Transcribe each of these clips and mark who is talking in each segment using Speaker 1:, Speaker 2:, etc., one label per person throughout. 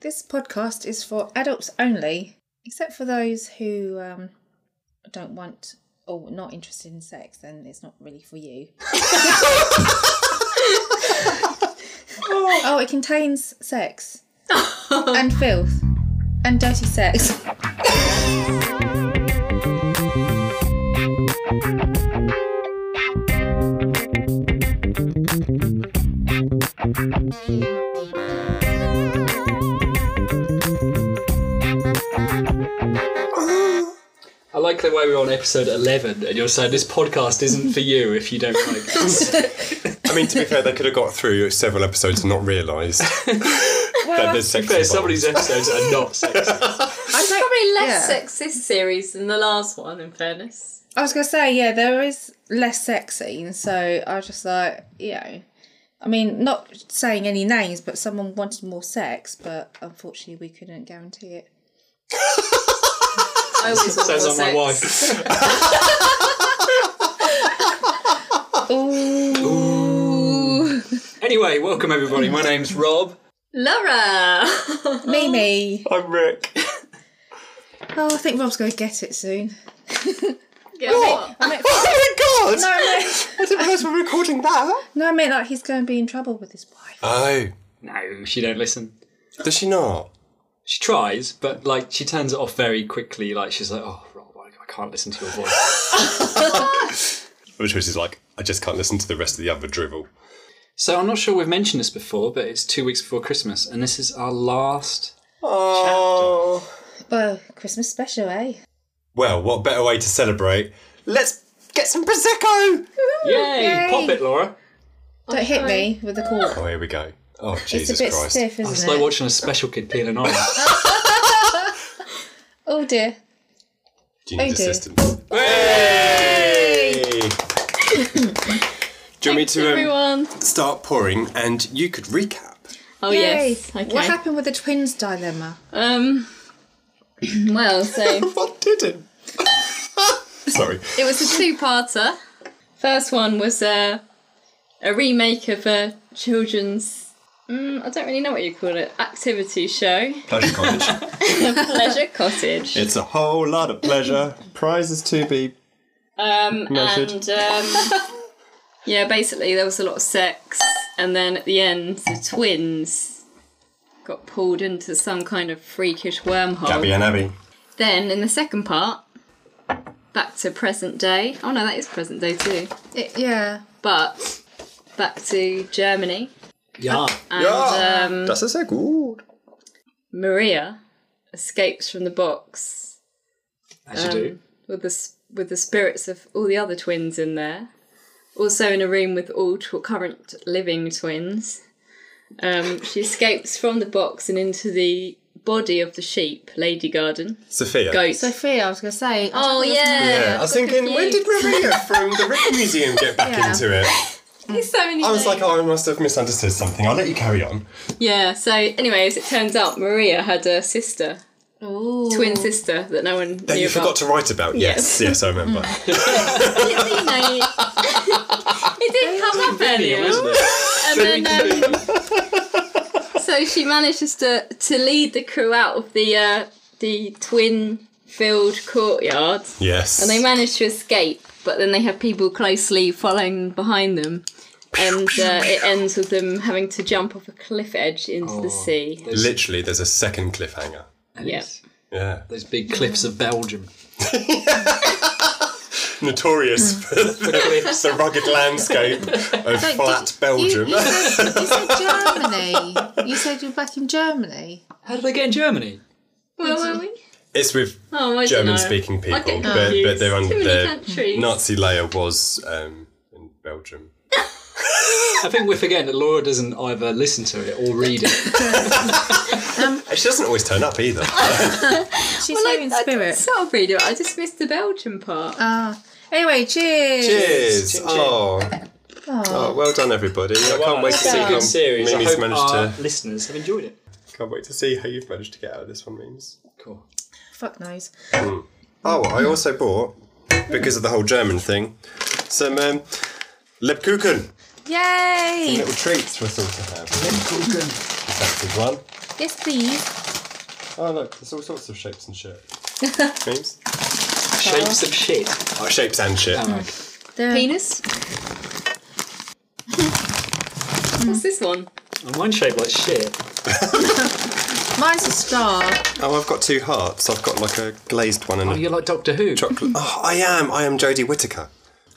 Speaker 1: This podcast is for adults only, except for those who um, don't want or not interested in sex, then it's not really for you. oh, it contains sex and filth and dirty sex.
Speaker 2: I like the way we're on episode 11 and you're saying this podcast isn't for you if you don't like this.
Speaker 3: I mean, to be fair, they could have got through several episodes and not realised that there's sex
Speaker 2: Fair,
Speaker 3: involved.
Speaker 2: some of these episodes are not sexy.
Speaker 1: I don't-
Speaker 4: Probably less
Speaker 1: yeah.
Speaker 4: sex this series than the last one, in fairness.
Speaker 1: I was gonna say, yeah, there is less sex scenes, so I was just like, you know, I mean, not saying any names, but someone wanted more sex, but unfortunately, we couldn't guarantee it.
Speaker 4: I always want more
Speaker 2: Sounds like
Speaker 4: sex.
Speaker 2: my wife.
Speaker 1: Ooh,
Speaker 2: Anyway, welcome everybody. My name's Rob.
Speaker 4: Laura!
Speaker 1: Oh. Mimi.
Speaker 2: I'm Rick.
Speaker 1: Oh, I think Rob's gonna get it soon.
Speaker 4: Get what?
Speaker 1: I meant,
Speaker 3: Oh my god!
Speaker 1: no, I meant,
Speaker 3: I didn't realise we were recording that.
Speaker 1: no, I meant like he's gonna be in trouble with his wife.
Speaker 3: Oh,
Speaker 2: No, she don't listen.
Speaker 3: does she not?
Speaker 2: She tries, but like she turns it off very quickly. Like she's like, oh, Rob, I I can't listen to your voice.
Speaker 3: Which was just like, I just can't listen to the rest of the other drivel.
Speaker 2: so I'm not sure we've mentioned this before, but it's two weeks before Christmas and this is our last.
Speaker 3: Oh.
Speaker 1: Well, Christmas special, eh?
Speaker 3: Well, what better way to celebrate? Let's get some prosecco.
Speaker 2: Yay!
Speaker 1: Yay.
Speaker 2: Pop it, Laura.
Speaker 1: Don't hit me with the cork.
Speaker 3: Oh, here we go. Oh,
Speaker 1: It's
Speaker 3: Jesus
Speaker 1: a bit
Speaker 3: Christ!
Speaker 1: stiff, isn't
Speaker 2: It's
Speaker 1: it?
Speaker 2: like watching a special kid peel an orange.
Speaker 1: oh dear.
Speaker 3: Do you need
Speaker 1: Oh, dear.
Speaker 3: assistance? Hey! Do you want me to um,
Speaker 4: Everyone.
Speaker 3: start pouring, and you could recap?
Speaker 4: Oh,
Speaker 1: Yay.
Speaker 4: yes. Okay.
Speaker 1: What happened with the twins dilemma?
Speaker 4: Um. well, so
Speaker 3: What didn't? Sorry.
Speaker 4: it was a two-parter. First one was a a remake of a children's. Mm, I don't really know what you call it. Activity show,
Speaker 3: Pleasure cottage.
Speaker 4: pleasure cottage.
Speaker 3: it's a whole lot of pleasure. Prizes to be.
Speaker 4: Um,
Speaker 3: Noted.
Speaker 4: and um, yeah, basically there was a lot of sex, and then at the end, the twins got pulled into some kind of freakish wormhole.
Speaker 3: Gabby and Abby.
Speaker 4: Then in the second part, back to present day. Oh no, that is present day too.
Speaker 1: It, yeah.
Speaker 4: But back to Germany,
Speaker 2: yeah.
Speaker 4: and um,
Speaker 3: das ist sehr gut.
Speaker 4: Maria escapes from the box
Speaker 2: As you do.
Speaker 4: with the s- with the spirits of all the other twins in there. Also in a room with all tw- current living twins. Um, she escapes from the box and into the body of the sheep, Lady Garden,
Speaker 3: Sophia.
Speaker 4: goat.
Speaker 1: Sophia, I was gonna say.
Speaker 4: oh
Speaker 3: Yeah,
Speaker 4: yeah,
Speaker 3: I was thinking, when did Maria from the Rick Museum get back
Speaker 1: Yeah.
Speaker 3: into it?
Speaker 4: There's so many
Speaker 3: I was like,
Speaker 4: names.
Speaker 3: oh, I must have misunderstood something. I'll let you carry on.
Speaker 4: Yeah, so anyways, it turns out Maria had a sister,
Speaker 1: Ooh.
Speaker 4: twin sister that no one
Speaker 3: That
Speaker 4: knew
Speaker 3: you
Speaker 4: about.
Speaker 3: forgot to write about. Yes, yes, I remember.
Speaker 4: You know, it didn't come up
Speaker 2: Yeah,
Speaker 4: earlier.
Speaker 2: wasn't it?
Speaker 4: And then, um, so she manages to, to lead the crew out of the uh, the twin filled courtyard,
Speaker 3: Yes.
Speaker 4: and they manage to escape. But then they have people closely following behind them, and uh, it ends with them having to jump off a cliff edge into the
Speaker 2: Oh.
Speaker 4: sea.
Speaker 3: Literally, there's a second cliffhanger.
Speaker 4: Yeah.
Speaker 3: Yeah.
Speaker 2: Those big cliffs of Belgium.
Speaker 3: Notorious for the, the rugged landscape of
Speaker 1: Don't-
Speaker 3: flat
Speaker 1: did-
Speaker 3: Belgium.
Speaker 1: You, you said, you said Germany. You said you're back in Germany.
Speaker 2: How did they get in Germany?
Speaker 4: Where were we?
Speaker 3: it's with
Speaker 4: Oh, I
Speaker 3: German
Speaker 4: don't know.
Speaker 3: speaking people,
Speaker 4: I get
Speaker 3: but, but
Speaker 4: confused.
Speaker 3: they're
Speaker 4: Too
Speaker 3: under
Speaker 4: many
Speaker 3: the
Speaker 4: countries.
Speaker 3: Nazi layer was um, in Belgium.
Speaker 2: I think we're forgetting that Laura doesn't either listen to it or read it.
Speaker 3: She doesn't always turn up either.
Speaker 1: She's
Speaker 4: Well,
Speaker 1: here in
Speaker 4: I, I
Speaker 1: spirit.
Speaker 4: sort of read it. I just missed the Belgian part.
Speaker 1: Ah. Anyway, cheers.
Speaker 3: Cheers!
Speaker 2: Chin chin.
Speaker 3: Oh. oh, well done everybody! I can't wait to see how Mimi's managed to.
Speaker 2: listeners have enjoyed it.
Speaker 3: Can't wait to see how you've managed to get out of this one, Mimes.
Speaker 2: Cool.
Speaker 1: Fuck knows.
Speaker 3: Oh, I also bought because of the whole German thing some um, Lebkuchen
Speaker 1: Yay!
Speaker 3: little treats for us all to have. Lebkuchen. That's a good one.
Speaker 1: Yes, please.
Speaker 3: Oh, look, there's all sorts of shapes and shit. Memes?
Speaker 2: Shapes of shit.
Speaker 3: Oh, shapes and shit.
Speaker 1: The
Speaker 4: Penis.
Speaker 1: Hmm.
Speaker 4: What's this one?
Speaker 2: And Mine shaped like shit.
Speaker 1: Mine's a star.
Speaker 3: Oh, I've got two hearts. I've got like a glazed one and
Speaker 2: Oh,
Speaker 3: a
Speaker 2: you're like Doctor Who.
Speaker 3: chocolate. oh, I am. I am Jodie Whittaker.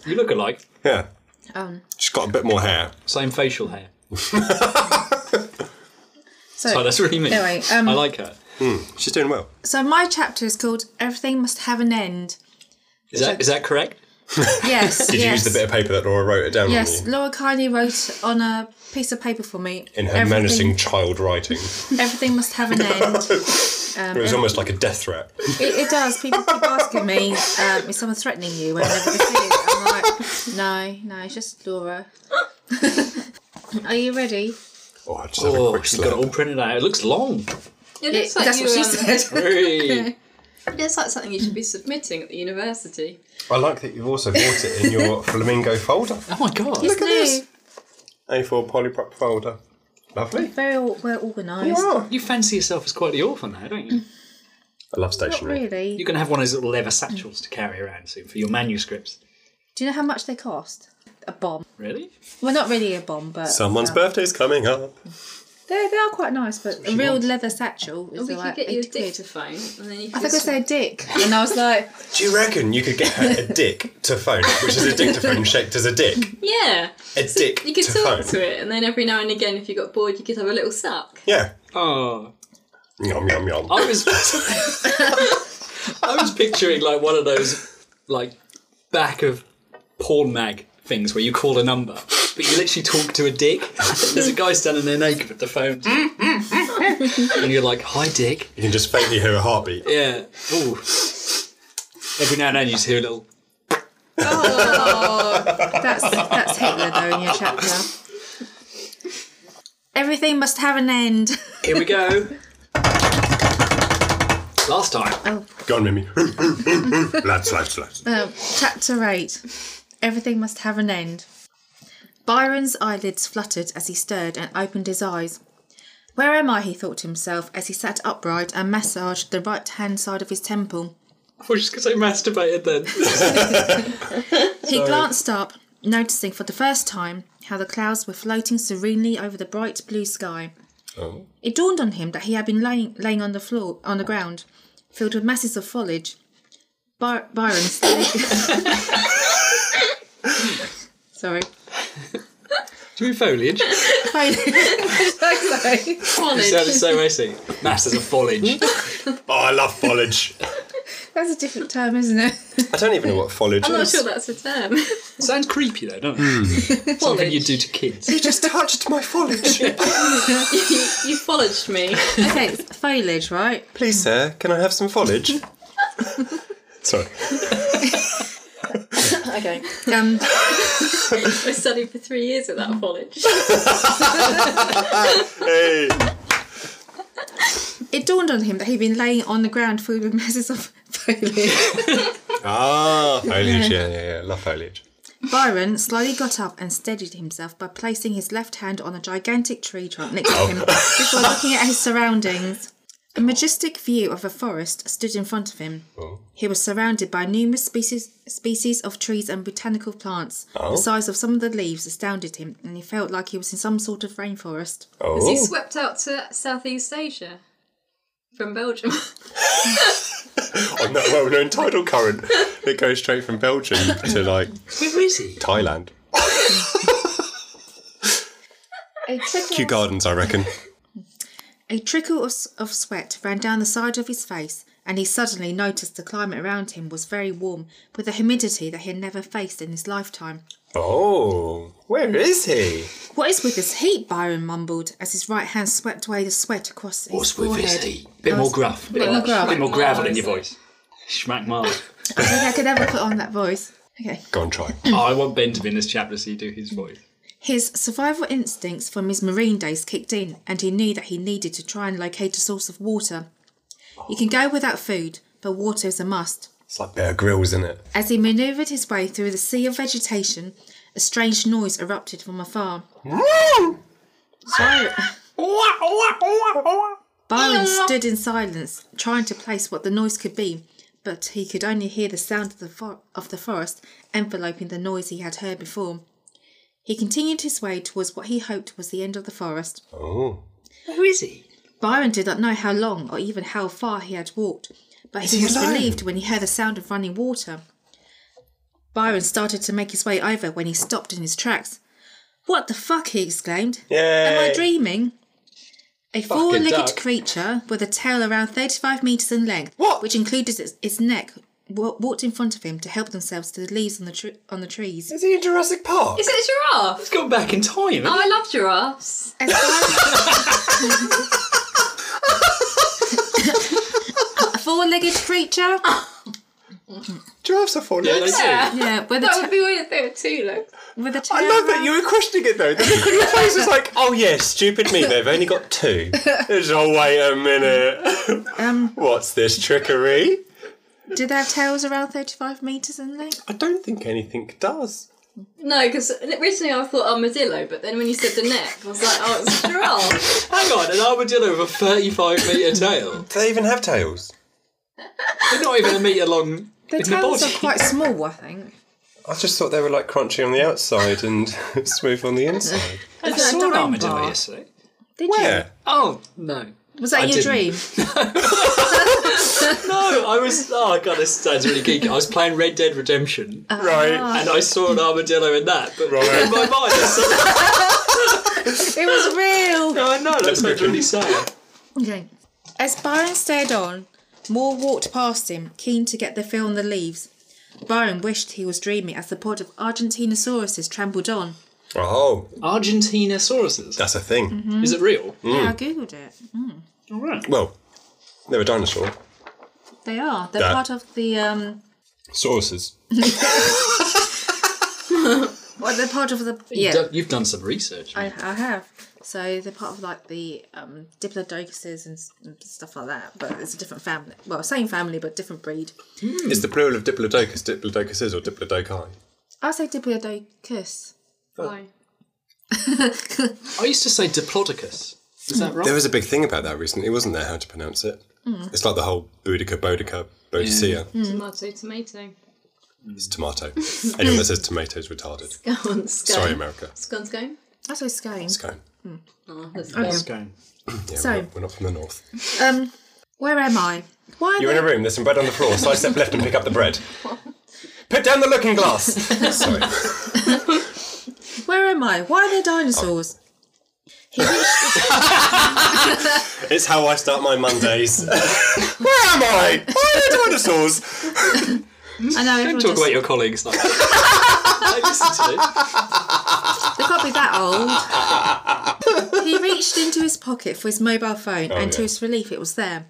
Speaker 2: You look alike.
Speaker 3: Yeah.
Speaker 1: Um,
Speaker 3: She's got a bit more hair.
Speaker 2: Same facial hair.
Speaker 1: so,
Speaker 2: Oh, that's really me.
Speaker 1: Anyway, um,
Speaker 2: I like her.
Speaker 3: She's doing well.
Speaker 1: so my chapter is called "Everything Must Have an End."
Speaker 2: Is that is that correct?
Speaker 1: Yes.
Speaker 3: Did you
Speaker 1: yes.
Speaker 3: use the bit of paper that Laura wrote it down
Speaker 1: Yes,
Speaker 3: on you?
Speaker 1: Laura kindly wrote on a piece of paper for me.
Speaker 3: In her
Speaker 1: everything,
Speaker 3: menacing child writing.
Speaker 1: Everything must have an end.
Speaker 3: it was almost like a death threat.
Speaker 1: It, it does. People keep asking me, um, is someone threatening you whenever they see it? I'm like, no, no, it's just Laura. Are you ready?
Speaker 3: Oh, I just have a
Speaker 2: Oh,
Speaker 3: quick
Speaker 2: she's got it all
Speaker 3: slip.
Speaker 2: printed out. It looks long.
Speaker 4: It
Speaker 1: Yeah,
Speaker 4: looks like
Speaker 1: that's
Speaker 4: you,
Speaker 1: what she
Speaker 4: um,
Speaker 1: said.
Speaker 2: Hey.
Speaker 4: It looks like something you should be submitting at the university.
Speaker 3: I like that you've also bought it in your flamingo folder.
Speaker 2: oh my god.
Speaker 1: It's new.
Speaker 3: A4 polyprop folder. Lovely.
Speaker 1: Very well, well organised.
Speaker 2: You fancy yourself as quite the author now, don't you?
Speaker 3: I love
Speaker 1: Not
Speaker 3: stationery.
Speaker 1: really.
Speaker 2: You can have one of those little leather satchels to carry around soon for your manuscripts.
Speaker 1: Do you know how much they cost? A bomb.
Speaker 2: Really?
Speaker 1: Well, not really a bomb, but
Speaker 3: Someone's birthday's coming up.
Speaker 1: they they are quite nice. But a real leather satchel is
Speaker 4: we
Speaker 1: like
Speaker 4: could get you a
Speaker 1: 80 quid.
Speaker 4: dictaphone, and then you
Speaker 1: I
Speaker 4: could
Speaker 1: think I said dick, and I was like,
Speaker 3: Do you reckon you could get her a dick to phone, which is a dictaphone shaped as a dick?
Speaker 4: yeah.
Speaker 3: A dick
Speaker 4: You could
Speaker 3: to
Speaker 4: talk
Speaker 3: phone.
Speaker 4: to it, and then every now and again, if you got bored, you could have a little suck.
Speaker 3: Yeah.
Speaker 2: Oh.
Speaker 3: Yum yum yum.
Speaker 4: Oh.
Speaker 2: I was I was picturing like one of those like back of porn mag things where you call a number, but you literally talk to a dick. There's a guy standing there naked with the phone, and you're like, "Hi, dick."
Speaker 3: You can just faintly hear a heartbeat.
Speaker 2: Yeah. Ooh. Every now and then you just hear a little.
Speaker 1: That's that's Hitler though in your chapter. Everything must have an end.
Speaker 2: Here we go. Last time.
Speaker 1: Oh,
Speaker 3: Go on, Mimi. lads, lads, lads.
Speaker 4: Uh.
Speaker 1: Um, chapter eight. Everything must have an end. Byron's eyelids fluttered as he stirred and opened his eyes. Where am I? he thought to himself as he sat upright and massaged the right hand side of his temple.
Speaker 2: I was just gonna say masturbated then.
Speaker 1: He glanced up, noticing for the first time how the clouds were floating serenely over the bright blue sky.
Speaker 3: Oh.
Speaker 1: It dawned on him that he had been laying, laying on the floor, on the ground, filled with masses of foliage. By- Byron stared. Sorry.
Speaker 2: Do we foliage?
Speaker 1: That's
Speaker 2: You sounded so racy. Masters of foliage.
Speaker 3: Oh, I love foliage.
Speaker 1: a different term, isn't it?
Speaker 3: I don't even know what foliage
Speaker 4: I'm not
Speaker 3: is.
Speaker 4: sure that's a term.
Speaker 2: Sounds creepy though, doesn't it? Something you do to kids.
Speaker 3: You just touched my foliage.
Speaker 4: you followed me.
Speaker 1: Okay, it's foliage, right?
Speaker 3: Please, sir, can I have some foliage? Sorry.
Speaker 4: okay.
Speaker 1: Um,
Speaker 4: I studied for three years at that college.
Speaker 3: Hey.
Speaker 1: it dawned on him that he'd been laying on the ground filled with masses of foliage.
Speaker 3: Ah, foliage. Yeah, yeah, yeah. Love foliage.
Speaker 1: Byron slowly got up and steadied himself by placing his left hand on a gigantic tree trunk next to him
Speaker 3: Oh.
Speaker 1: before looking at his surroundings. A majestic view of a forest stood in front of him.
Speaker 3: Oh.
Speaker 1: He was surrounded by numerous species species of trees and botanical plants.
Speaker 3: Oh.
Speaker 1: The size of some of the leaves astounded him, and he felt like he was in some sort of rainforest.
Speaker 4: Was he
Speaker 3: Oh.
Speaker 4: swept out to Southeast Asia from Belgium?
Speaker 3: on that well-known tidal current that goes straight from Belgium to like
Speaker 2: Where is he?
Speaker 3: Thailand. Kew Gardens, I reckon.
Speaker 1: A trickle of, s- of sweat ran down the side of his face, and he suddenly noticed the climate around him was very warm, with a humidity that he had never faced in his lifetime.
Speaker 3: Oh, where is he?
Speaker 1: What is with this heat? Byron mumbled as his right hand swept away the sweat across his
Speaker 2: What's with
Speaker 1: forehead.
Speaker 2: his heat? Bit more gruff. Bit, more,
Speaker 1: gruff.
Speaker 2: bit more gravel in your voice. Schmack Mars.
Speaker 1: I think I could ever put on that voice. Okay.
Speaker 3: Go and try.
Speaker 2: oh, I want Ben to be in this chapter so you do his voice.
Speaker 1: His survival instincts from his marine days kicked in, and he knew that he needed to try and locate a source of water. You can go without food, but water is a must.
Speaker 3: It's like Bear Grylls, isn't it?
Speaker 1: As he maneuvered his way through the sea of vegetation, a strange noise erupted from afar. Byron, Byron stood in silence, trying to place what the noise could be, but he could only hear the sound of the, for- of the forest enveloping the noise he had heard before. He continued his way towards what he hoped was the end of the forest.
Speaker 3: Oh.
Speaker 2: Where is he?
Speaker 1: Byron did not know how long or even how far he had walked, but he
Speaker 3: he
Speaker 1: was
Speaker 3: alone?
Speaker 1: relieved when he heard the sound of running water. Byron started to make his way over when he stopped in his tracks. What the fuck? he exclaimed. Am I
Speaker 3: Yay.
Speaker 1: dreaming? A four legged
Speaker 2: duck.
Speaker 1: creature with a tail around 35 metres in length,
Speaker 3: What?
Speaker 1: which included its, its neck, wa- walked in front of him to help themselves to the leaves on the, tre- on the trees.
Speaker 3: Is he in Jurassic Park?
Speaker 4: Is it a giraffe?
Speaker 2: He's gone back in time.
Speaker 4: Oh, I love giraffes.
Speaker 1: As Byron... a four legged creature?
Speaker 3: Giraffes are four
Speaker 2: Yeah,
Speaker 3: legs.
Speaker 2: they do.
Speaker 4: Yeah.
Speaker 1: Yeah, with a,
Speaker 4: That
Speaker 1: ta-
Speaker 4: would be weird if they were two, look.
Speaker 1: with a tail.
Speaker 3: I love that
Speaker 1: around-
Speaker 3: you were questioning it though. The look on your face was like, oh yeah, stupid me, they've only got two. It's, oh, wait a minute.
Speaker 1: Um,
Speaker 3: What's this trickery?
Speaker 1: do they have tails around 35 metres in length?
Speaker 3: I don't think anything does.
Speaker 4: No, because originally I thought armadillo, but then when you said the neck, I was like, oh, it's a giraffe.
Speaker 2: Hang on, an armadillo with a 35 metre tail.
Speaker 3: Do they even have tails?
Speaker 2: They're not even a metre long
Speaker 1: Their
Speaker 2: in the
Speaker 1: tails
Speaker 2: body.
Speaker 1: are quite small, I think.
Speaker 3: I just thought they were like crunchy on the outside and smooth on the inside.
Speaker 2: I
Speaker 1: that
Speaker 2: saw an
Speaker 1: dog
Speaker 2: armadillo
Speaker 1: bar?
Speaker 2: yesterday.
Speaker 1: Did you?
Speaker 3: Where?
Speaker 2: Oh, no.
Speaker 1: Was that
Speaker 2: I
Speaker 1: your
Speaker 2: didn't.
Speaker 1: dream?
Speaker 2: No, I was. Oh, God, this sounds really geeky. I was playing Red Dead Redemption
Speaker 3: Oh.
Speaker 1: uh-huh.
Speaker 3: Right.
Speaker 2: and I saw an armadillo in that, but
Speaker 3: Right.
Speaker 2: in my mind, I saw.
Speaker 1: It was real!
Speaker 2: No, I know, that sounds really sad.
Speaker 1: Okay. As Byron stared on, Moore walked past him, keen to get the feel on the leaves. Byron wished he was dreaming as the pod of Argentinosauruses trampled on.
Speaker 3: Oh,
Speaker 2: Argentina sauruses.
Speaker 3: that's a thing.
Speaker 2: Is it real?
Speaker 3: Hmm.
Speaker 1: Yeah, I googled it.
Speaker 2: All right.
Speaker 3: Well, they were dinosaur.
Speaker 1: They are. They're
Speaker 3: That-
Speaker 1: part of the um.
Speaker 3: Sauruses.
Speaker 1: Well, they're part of the yeah.
Speaker 2: You've done- You've done some research.
Speaker 1: I, I have. So they're part of like the um, diplodocuses and, s- and stuff like that. But it's a different family. Well, same family but different breed.
Speaker 3: Is the plural of Diplodocus Diplodocuses or Diplodoci?
Speaker 1: I say diplodocus.
Speaker 4: Why?
Speaker 2: I used to say Diplodocus. Is that
Speaker 3: There
Speaker 2: right?
Speaker 3: was a big thing about that recently, wasn't there? How to pronounce it? It's like the whole Boudica, Boudica, Boudicca.
Speaker 4: Mm. Tomato, tomato.
Speaker 3: It's tomato. Anyone that says tomatoes retarded.
Speaker 4: Go on, scone.
Speaker 3: Sorry, America.
Speaker 4: Scone's going?
Speaker 1: I say scone.
Speaker 3: It's going.
Speaker 4: Oh, that's
Speaker 2: It's going.
Speaker 3: Yeah,
Speaker 1: So-
Speaker 3: we're, not, we're not from the north.
Speaker 1: Um, where am I? Why are
Speaker 3: You're in
Speaker 1: they-
Speaker 3: a room. There's some bread on the floor. So I step left and pick up the bread. Put down the looking glass. Sorry.
Speaker 1: Where am I? Why are there dinosaurs?
Speaker 2: Oh.
Speaker 1: He reached,
Speaker 3: It's how I start my Mondays. Where am I? Why are there dinosaurs?
Speaker 1: I know everyone
Speaker 2: Don't talk
Speaker 1: just,
Speaker 2: about your colleagues like that. I listen to it.
Speaker 1: they can't be that old. he reached into his pocket for his mobile
Speaker 2: Oh,
Speaker 1: phone, and to
Speaker 3: yeah.
Speaker 1: his relief, it was there.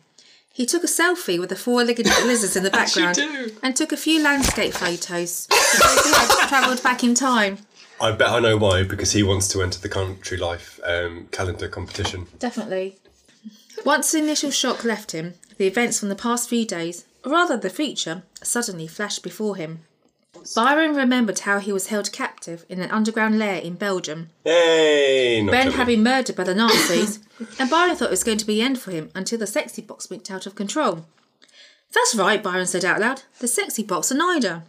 Speaker 1: He took a selfie with the four-legged lizards in the
Speaker 2: you
Speaker 1: background
Speaker 2: do.
Speaker 1: and took a few landscape photos. because he had travelled back in time.
Speaker 3: I bet I know why. Because he wants to enter the country life um, calendar competition.
Speaker 1: Definitely. Once the initial shock left him, the events from the past few days, or rather the future, suddenly flashed before him. Byron remembered how he was held captive in an underground lair in Belgium.
Speaker 3: Hey, not
Speaker 1: Ben
Speaker 3: clever.
Speaker 1: had been murdered by the Nazis, and Byron thought it was going to be the end for him until the sexy box winked out of control. That's right, Byron said out loud. The sexy box and Ida.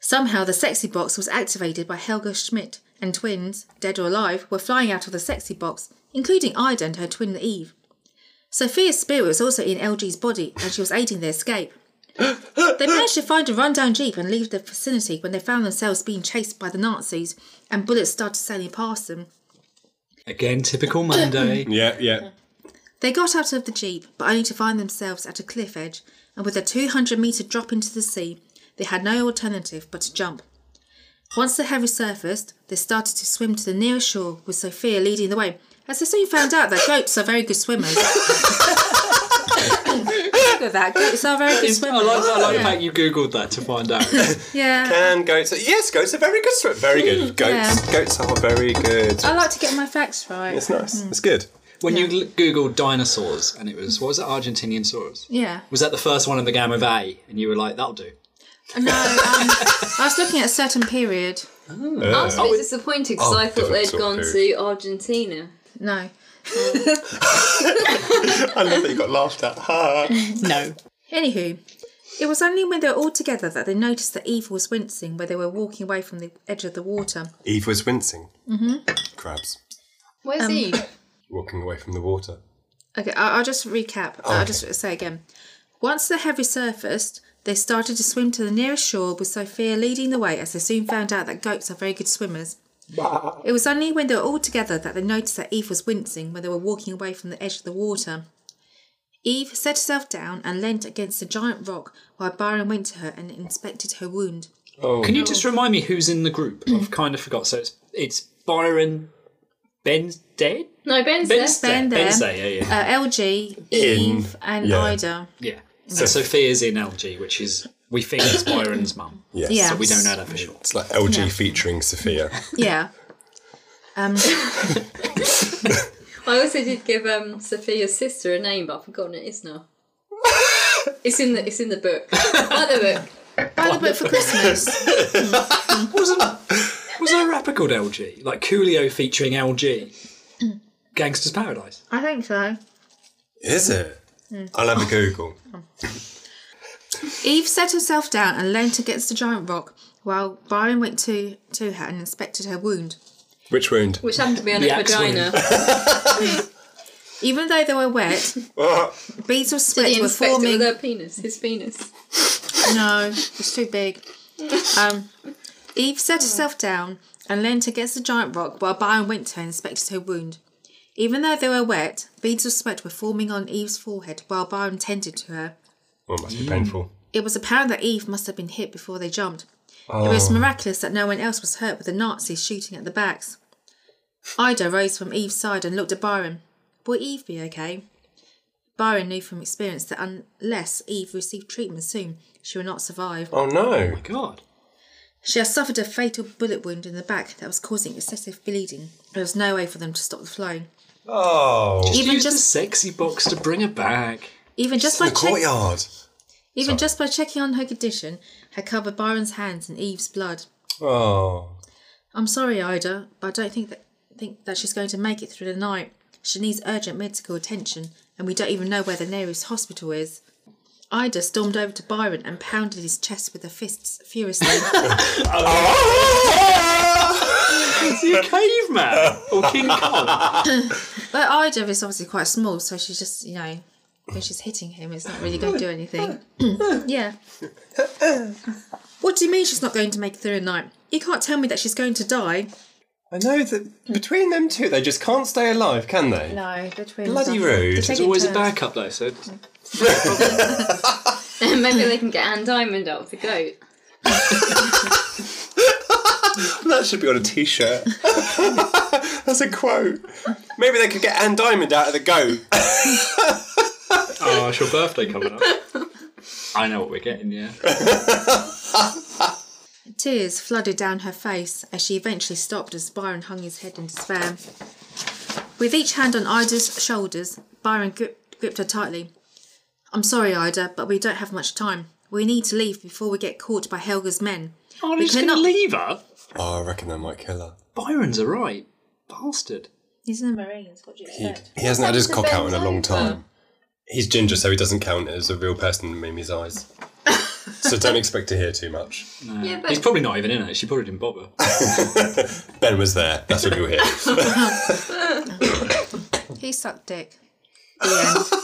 Speaker 1: Somehow, the sexy box was activated by Helga Schmidt, and twins, dead or alive, were flying out of the sexy box, including Ida and her twin Eve. Sophia's spirit was also in LG's body, and she was aiding their escape. They managed to find a rundown jeep and leave the vicinity when they found themselves being chased by the Nazis, and bullets started sailing past them.
Speaker 2: Again, typical Monday.
Speaker 3: Yeah, yeah.
Speaker 1: They got out of the jeep, but only to find themselves at a cliff edge, and with a 200 metre drop into the sea, they had no alternative but to jump. Once the heavy surfaced, they started to swim to the nearest shore, with Sophia leading the way, as they soon found out that goats are very good swimmers. Look at that, goats are very good
Speaker 2: I
Speaker 1: swimmers.
Speaker 2: like, I like the fact you googled that to find out.
Speaker 1: Yeah.
Speaker 3: And goats. Yes, goats are very good. swi- Very good. Goats. Goats are very good.
Speaker 1: Mm, I like Mm. to get my facts right.
Speaker 3: It's nice. It's good.
Speaker 2: When you l- googled dinosaurs, and it was what was it, Argentinian saurus?
Speaker 1: Yeah.
Speaker 2: Was that the first one in the gamma of A? And you were like, that'll do.
Speaker 1: No, um, I was looking at a certain period.
Speaker 4: I was a bit disappointed because
Speaker 3: Oh,
Speaker 4: I thought
Speaker 3: different
Speaker 4: they'd
Speaker 3: sort of
Speaker 4: gone
Speaker 3: food.
Speaker 4: to Argentina.
Speaker 1: No.
Speaker 3: I love that you got laughed at. Ha.
Speaker 5: No.
Speaker 1: Anywho, it was only when they were all together that they noticed that Eve was wincing where they were walking away from the edge of the water.
Speaker 3: Eve was wincing. Mm-hmm. Crabs
Speaker 4: Where's Eve?
Speaker 3: walking away from the water.
Speaker 1: Okay, I- I'll just recap. I'll
Speaker 3: okay.
Speaker 1: just say again. Once the heavy surfaced, they started to swim to the nearest shore with Sophia leading the way as they soon found out that goats are very good swimmers. It was only when they were all together that they noticed that Eve was wincing when they were walking away from the edge of the water. Eve set herself down and leant against a giant rock while Byron went to her and inspected her wound.
Speaker 3: Oh,
Speaker 2: Can you just remind me who's in the group?
Speaker 1: Mm-hmm.
Speaker 2: I've kind of forgot. So it's it's Byron, Ben, dead.
Speaker 4: No, Ben's there.
Speaker 2: Ben's
Speaker 1: Ben there.
Speaker 2: Ben's there. Yeah, yeah,
Speaker 1: Uh, LG,
Speaker 3: In.
Speaker 1: Eve, and
Speaker 3: Yeah.
Speaker 1: Ida.
Speaker 2: yeah. So Sophia's in LG, which is we think is Byron's mum.
Speaker 3: yes.
Speaker 1: Yeah.
Speaker 2: So we don't know that for sure.
Speaker 3: It's like LG
Speaker 1: Yeah.
Speaker 3: featuring Sophia.
Speaker 1: Yeah. Um,
Speaker 4: I also did give um, Sophia's sister a name, but I've forgotten it is now. it's in the it's in the book. By the book.
Speaker 1: buy the book for Christmas.
Speaker 2: Wasn't was there a rapper called LG? Like Coolio featuring LG, Gangsters Paradise.
Speaker 1: I think so.
Speaker 3: Is it?
Speaker 1: Mm.
Speaker 3: I'll have a Google.
Speaker 1: Eve set herself down and leant against a giant rock while Byron went to, to her and inspected her wound.
Speaker 3: Which wound?
Speaker 4: Which happened to be on
Speaker 2: The
Speaker 4: her
Speaker 2: axe
Speaker 4: vagina.
Speaker 1: Even though they were wet,
Speaker 3: Ah,
Speaker 1: beads of
Speaker 4: Did
Speaker 1: sweat
Speaker 4: he
Speaker 1: were
Speaker 4: inspect it
Speaker 1: forming.
Speaker 4: with her penis? His penis.
Speaker 1: No, it's too big. Um, Eve set herself down and leant against the giant rock while Byron went to her and inspected her wound. Even though they were wet, beads of sweat were forming on Eve's forehead while Byron tended to her.
Speaker 3: well, it must be painful.
Speaker 1: It was apparent that Eve must have been hit before they jumped. It
Speaker 3: Oh.
Speaker 1: was miraculous that no one else was hurt with the Nazis shooting at the backs. Ida rose from Eve's side and looked at Byron. Will Eve be okay? Byron knew from experience that unless Eve received treatment soon, she would not survive.
Speaker 3: Oh no.
Speaker 2: God.
Speaker 1: She had suffered a fatal bullet wound in the back that was causing excessive bleeding. There was no way for them to stop the flow.
Speaker 3: Oh.
Speaker 1: Even
Speaker 2: Use the
Speaker 1: just,
Speaker 2: sexy box to bring her back.
Speaker 1: even just
Speaker 3: Just in
Speaker 1: by
Speaker 3: the
Speaker 1: check,
Speaker 3: courtyard.
Speaker 1: even just by checking on her condition, had covered Byron's hands and Eve's blood.
Speaker 3: Oh.
Speaker 1: I'm sorry, Ida, but I don't think that think that she's going to make it through the night. She needs urgent medical attention, and we don't even know where the nearest hospital is. Ida stormed over to Byron and pounded his chest with her fists furiously.
Speaker 2: Is he a caveman or King Kong?
Speaker 1: but Ida is obviously quite small, so she's just you know when she's hitting him, it's not really going to do anything. yeah. What do you mean she's not going to make it through the night? You can't tell me that she's going to die.
Speaker 3: I know that between them two, they just can't stay alive, can they?
Speaker 1: No, the twins.
Speaker 3: Bloody rude.
Speaker 1: They're
Speaker 2: There's
Speaker 3: It's
Speaker 1: taking
Speaker 2: always a
Speaker 1: turns.
Speaker 2: backup though. So it's-
Speaker 4: Maybe they can get Anne Diamond out of the goat.
Speaker 3: That should be on a t-shirt. That's a quote. Maybe they could get Anne Diamond out of the goat.
Speaker 2: oh, it's your birthday coming up. I know what we're getting. Yeah.
Speaker 1: Tears flooded down her face as she eventually stopped as Byron hung his head in despair. With each hand on Ida's shoulders, Byron gripped, gripped her tightly. I'm sorry, Ida, but we don't have much time. We need to leave before we get caught by Helga's men.
Speaker 2: Oh,
Speaker 1: We
Speaker 2: he's going to
Speaker 1: cannot-
Speaker 2: leave her.
Speaker 3: Oh, I reckon they might kill her.
Speaker 2: Byron's alright. Bastard.
Speaker 1: He's in the Marines, what do you
Speaker 3: He,
Speaker 1: expect?
Speaker 3: he hasn't had his
Speaker 4: to
Speaker 3: cock out in a
Speaker 4: bend
Speaker 3: long
Speaker 4: over?
Speaker 3: time. He's ginger, so he doesn't count as a real person in Mimi's eyes. so don't expect to hear too much.
Speaker 4: Yeah,
Speaker 2: He's
Speaker 4: but
Speaker 2: probably not even in it. She probably didn't bother.
Speaker 3: Ben was there. That's what you'll hear.
Speaker 1: He sucked dick. The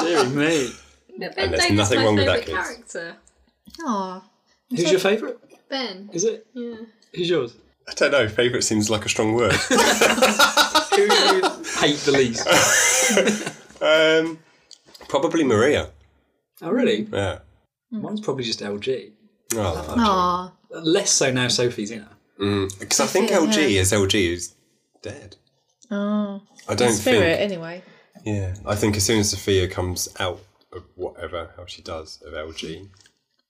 Speaker 1: end.
Speaker 2: Dear me.
Speaker 4: Ben
Speaker 3: there's
Speaker 4: Davis
Speaker 3: nothing
Speaker 4: my
Speaker 3: wrong with
Speaker 4: favourite
Speaker 3: that, kids.
Speaker 4: character.
Speaker 1: Aw.
Speaker 2: Who's your favourite?
Speaker 4: Ben.
Speaker 2: Is it?
Speaker 4: Yeah.
Speaker 2: Who's yours?
Speaker 3: I don't know. Favourite seems like a strong word.
Speaker 2: Who do you hate the least?
Speaker 3: Um, probably Maria.
Speaker 2: Oh, really?
Speaker 3: Yeah.
Speaker 2: Mine's probably just LG.
Speaker 3: Oh,
Speaker 1: Aw.
Speaker 2: Less so now Sophie's in it.
Speaker 3: because I think
Speaker 1: Sophia,
Speaker 3: LG
Speaker 1: yeah.
Speaker 3: is LG is dead.
Speaker 1: Oh.
Speaker 3: I don't
Speaker 1: Spirit,
Speaker 3: think.
Speaker 1: anyway.
Speaker 3: Yeah, I think as soon as Sophia comes out of whatever how she does of LG,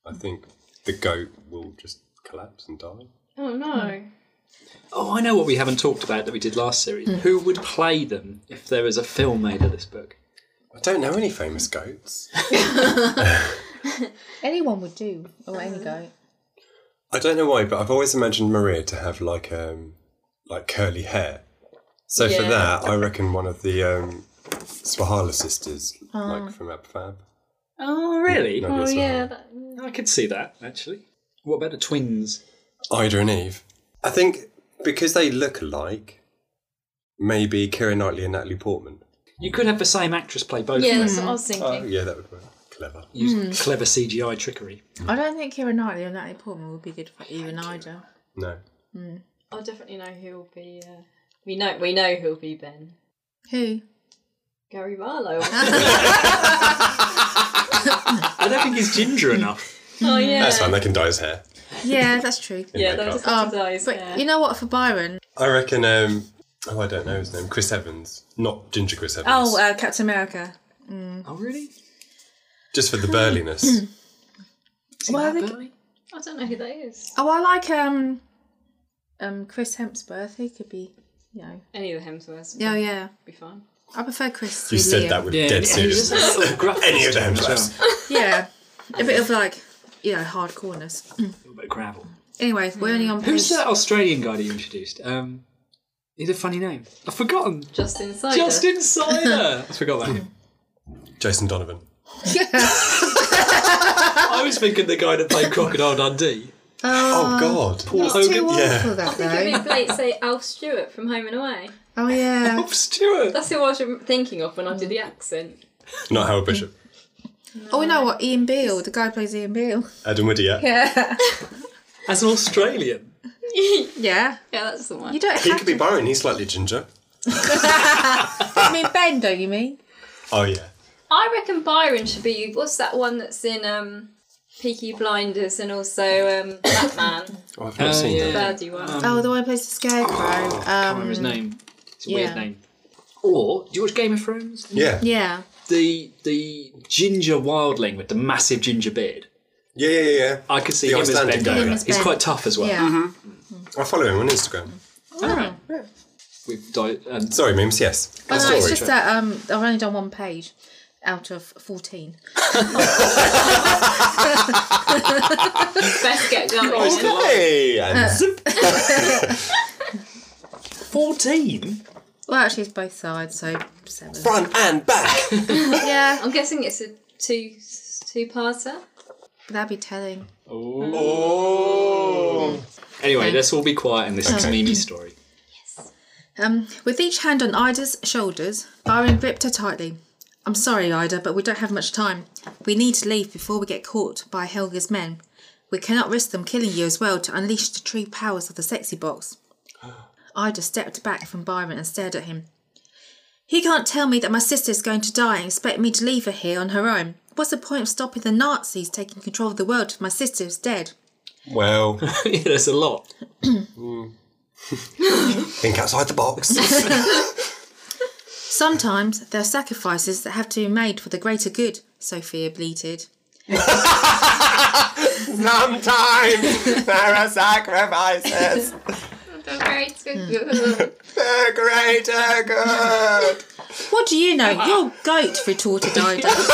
Speaker 3: I think the goat will just collapse and die.
Speaker 4: Oh no.
Speaker 2: Oh, I know what we haven't talked about that we did last series. Who would play them if there was a film made of this book?
Speaker 3: I don't know any famous goats.
Speaker 1: Anyone would do, or any goat.
Speaker 3: I don't know why, but I've always imagined Maria to have like um like curly hair. So for
Speaker 4: Yeah.
Speaker 3: that, I reckon one of the um, Swahala sisters, like from Abfab.
Speaker 2: Oh, really?
Speaker 3: No,
Speaker 4: Oh
Speaker 3: yes,
Speaker 4: yeah,
Speaker 3: Swahala.
Speaker 4: that,
Speaker 2: I could see that actually. What about the twins?
Speaker 3: Ida and Eve. I think because they look alike, maybe Kira Knightley and Natalie Portman.
Speaker 2: You could have the same actress play both.
Speaker 4: yeah,
Speaker 2: of
Speaker 4: that's
Speaker 2: them.
Speaker 4: what I was thinking.
Speaker 3: Oh, yeah, that would work. Clever.
Speaker 2: Use clever CGI trickery.
Speaker 1: I don't think Kira Knightley or Natalie Portman would be good for even Ida.
Speaker 3: No.
Speaker 4: I definitely know who'll be. Uh, we know we know who'll be Ben.
Speaker 1: Who?
Speaker 4: Gary Barlow. Oh,
Speaker 2: I don't think he's ginger enough.
Speaker 4: oh yeah,
Speaker 3: That's fine, they can dye his hair.
Speaker 1: Yeah, that's true.
Speaker 4: yeah,
Speaker 3: Make
Speaker 4: that
Speaker 3: up.
Speaker 4: was
Speaker 1: Um,
Speaker 4: his eyes.
Speaker 1: but
Speaker 4: yeah.
Speaker 1: you know what? For Byron,
Speaker 3: I reckon, um, oh, I don't know his name, Chris Evans. Not Ginger Chris Evans.
Speaker 1: oh, uh, Captain America.
Speaker 2: Oh, really?
Speaker 3: Just for the burliness.
Speaker 1: Hmm.
Speaker 2: Is he
Speaker 1: Well, Oh, I
Speaker 2: that
Speaker 1: think-
Speaker 2: burly?
Speaker 4: I don't know who that is.
Speaker 1: Oh, I like um, um, Chris Hemsworth. He could be, you know.
Speaker 4: Any of the Hemsworths
Speaker 1: Yeah, oh,
Speaker 4: would
Speaker 1: yeah.
Speaker 4: be fine.
Speaker 1: I prefer Chris.
Speaker 3: you
Speaker 1: to
Speaker 3: said
Speaker 1: Liam.
Speaker 3: that with
Speaker 2: Yeah,
Speaker 3: dead
Speaker 2: yeah, he's
Speaker 3: seriousness.
Speaker 2: just a little gruff
Speaker 3: Any
Speaker 2: this
Speaker 3: of them
Speaker 2: time as
Speaker 3: class.
Speaker 2: well.
Speaker 1: Yeah, a bit of like, you know, hardcoreness.
Speaker 2: A little bit of gravel.
Speaker 1: Anyway, we're only on.
Speaker 2: Who's
Speaker 1: page-
Speaker 2: that Australian guy that you introduced? Um, he had a funny name. I've forgotten.
Speaker 4: Justin Sider.
Speaker 2: Just Insider. I forgot about him.
Speaker 3: Jason Donovan.
Speaker 2: I was thinking the guy that played Crocodile Dundee.
Speaker 1: Uh,
Speaker 3: Oh, God.
Speaker 2: Paul
Speaker 1: It's too
Speaker 2: Hogan.
Speaker 1: old
Speaker 3: Yeah.
Speaker 1: for that
Speaker 4: I
Speaker 1: though.
Speaker 4: think it'd be say Alf Stewart from Home and Away.
Speaker 1: Oh yeah.
Speaker 2: Bob Stewart.
Speaker 4: That's who I was thinking of when I did the accent.
Speaker 3: Not Howard Bishop.
Speaker 1: Oh, we know what? Ian Beale, the guy who plays Ian Beale.
Speaker 3: Adam Whittier.
Speaker 1: Yeah.
Speaker 2: As an Australian.
Speaker 4: yeah,
Speaker 1: Yeah.
Speaker 4: that's the one.
Speaker 1: You don't
Speaker 3: He
Speaker 1: have
Speaker 3: could be
Speaker 1: to.
Speaker 3: Byron, he's slightly ginger.
Speaker 1: I mean Ben, don't you mean?
Speaker 3: Oh, yeah.
Speaker 4: I reckon Byron should be. What's that one that's in um, Peaky Blinders and also um, Batman,
Speaker 3: Oh, I've not seen
Speaker 2: Uh, yeah.
Speaker 3: that.
Speaker 4: Birdie one?
Speaker 1: Oh, the one who plays the scarecrow.
Speaker 2: I remember
Speaker 1: Um,
Speaker 2: his name. It's a
Speaker 1: yeah.
Speaker 2: weird name. Or do you watch Game of Thrones?
Speaker 3: Yeah. Yeah,
Speaker 1: yeah.
Speaker 2: The the ginger wildling with the massive ginger beard.
Speaker 3: yeah, yeah. yeah.
Speaker 2: I could see
Speaker 3: The
Speaker 2: him as
Speaker 3: Icelandic
Speaker 2: Ben
Speaker 3: guy.
Speaker 2: Dover.
Speaker 1: Him as
Speaker 2: He's
Speaker 1: Ben.
Speaker 2: quite tough as well.
Speaker 1: Yeah.
Speaker 3: I follow him on Instagram.
Speaker 2: We've di- um,
Speaker 3: Sorry, Mims, yes.
Speaker 1: Oh, no,
Speaker 3: Sorry.
Speaker 1: it's just that um, I've only done one page out of fourteen.
Speaker 4: Best get going.
Speaker 3: Oh, Okay, and zip.
Speaker 2: 14?
Speaker 1: Well, actually, it's both sides, so seven.
Speaker 3: front and back.
Speaker 1: Yeah,
Speaker 4: I'm guessing it's a two two parter.
Speaker 1: that'd be telling.
Speaker 2: Oh.
Speaker 3: Oh.
Speaker 2: Anyway,
Speaker 1: Mm.
Speaker 2: let's all be quiet and listen to Mimi's story.
Speaker 1: Um, with each hand on Ida's shoulders, Byron gripped her tightly. I'm sorry, Ida, but we don't have much time. We need to leave before we get caught by Helga's men. We cannot risk them killing you as well to unleash the true powers of the sexy box. Ida stepped back from Byron and stared at him. He can't tell me that my sister's going to die and expect me to leave her here on her own. What's the point of stopping the Nazis taking control of the world if my sister is dead?
Speaker 3: Well,
Speaker 2: yeah, there's a lot.
Speaker 3: think outside the box.
Speaker 1: Sometimes there are sacrifices that have to be made for the greater good, Sophia bleated.
Speaker 3: Sometimes there are sacrifices.
Speaker 4: Hmm.
Speaker 3: The greater good.
Speaker 1: What do you know? You're a goat, retorted Ida. Boom!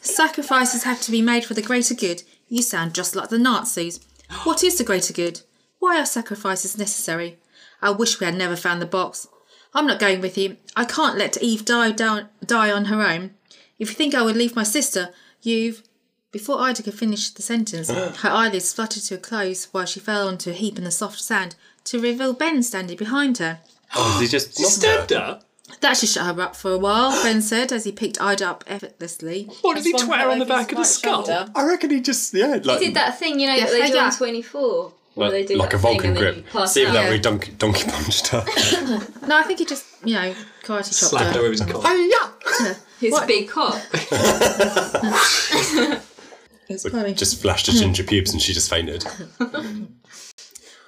Speaker 1: Sacrifices have to be made for the greater good. You sound just like the Nazis. What is the greater good? Why are sacrifices necessary? I wish we had never found the box. I'm not going with you. I can't let Eve die down, die on her own. If you think I would leave my sister, you've. Before Ida could finish the sentence, her eyelids fluttered to a close while she fell onto a heap in the soft sand to reveal Ben standing behind her.
Speaker 3: Oh, he just
Speaker 2: Stabbed her?
Speaker 1: That should shut her up for a while, Ben said as he picked Ida up effortlessly.
Speaker 2: What, did he twat her on the back of the skull?
Speaker 3: I reckon he just yeah, like
Speaker 4: Did that thing you know that
Speaker 1: Yeah,
Speaker 4: they do
Speaker 1: yeah.
Speaker 4: on Twenty Four?
Speaker 3: like,
Speaker 4: they do
Speaker 3: like
Speaker 4: that
Speaker 3: a Vulcan
Speaker 4: thing and then
Speaker 3: grip.
Speaker 4: you pass
Speaker 3: See if
Speaker 4: out.
Speaker 3: that
Speaker 1: Yeah.
Speaker 3: we donkey donkey punched her.
Speaker 1: No, I think he just, you know, karate chopped
Speaker 2: Slapped her
Speaker 1: her.
Speaker 2: with his collar.
Speaker 3: yeah.
Speaker 4: His
Speaker 1: What?
Speaker 4: big cock.
Speaker 1: It's funny.
Speaker 3: Just flashed her ginger pubes and she just fainted.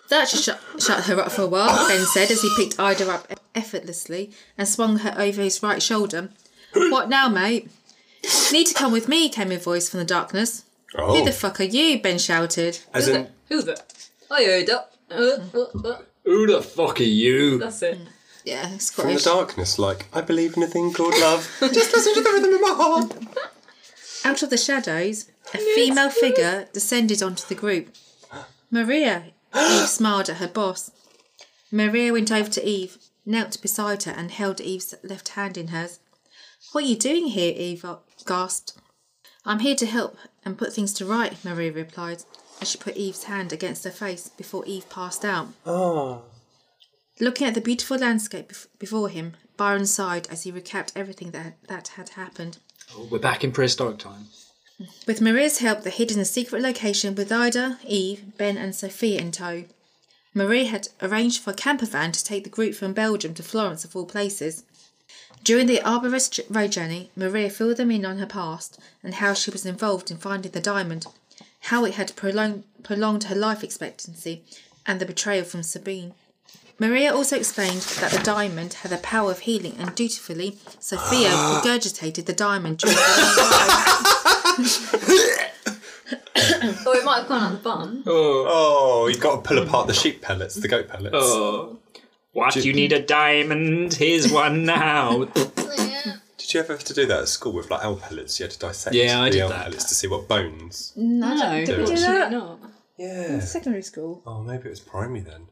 Speaker 1: That should shut, shut her up for a while, Ben said as he picked Ida up effortlessly and swung her over his right shoulder. What now, mate? Need to come with me, came a voice from the darkness. Who
Speaker 3: Oh,
Speaker 1: the fuck are you? Ben shouted.
Speaker 3: as in
Speaker 4: Who's that? Oh, yeah, duck. Uh, uh, uh.
Speaker 2: Who the fuck are you?
Speaker 4: That's it.
Speaker 1: Hmm. Yeah,
Speaker 3: from the
Speaker 1: Scottish.
Speaker 3: darkness, like I believe in a thing called love. just listen to the rhythm of my heart.
Speaker 1: Out of the shadows, a female figure descended onto the group. Maria, Eve smiled at her boss. Maria went over to Eve, knelt beside her, and held Eve's left hand in hers. What are you doing here? Eve gasped. I'm here to help and put things to right, Maria replied, as she put Eve's hand against her face before Eve passed out.
Speaker 5: Oh.
Speaker 1: Looking at the beautiful landscape bef- before him, Byron sighed as he recapped everything that, that had happened.
Speaker 2: Oh, we're back in prehistoric time.
Speaker 1: With Maria's help, they hid in a secret location with Ida, Eve, Ben, and Sophia in tow. Maria had arranged for a camper van to take the group from Belgium to Florence, of all places. During the arborist j- road journey, Maria filled them in on her past and how she was involved in finding the diamond, how it had prolonged, prolonged her life expectancy, and the betrayal from Sabine. Maria also explained that the diamond had the power of healing, and dutifully, Sophia regurgitated the diamond during the long ride.
Speaker 4: Or it might have gone out the bum.
Speaker 3: Oh, you've got to pull apart the sheep pellets, the goat pellets.
Speaker 2: Oh. Uh, What? You need a diamond? Here's one now.
Speaker 3: Did you ever have to do that at school with like owl pellets? You had to dissect
Speaker 2: Yeah, I
Speaker 3: the
Speaker 2: did
Speaker 3: owl
Speaker 2: that. Mm.
Speaker 3: pellets to see what bones.
Speaker 4: No,
Speaker 1: Did we do
Speaker 4: absolutely
Speaker 1: that?
Speaker 4: not.
Speaker 3: Yeah.
Speaker 1: Secondary school.
Speaker 3: Oh, maybe it was primary then.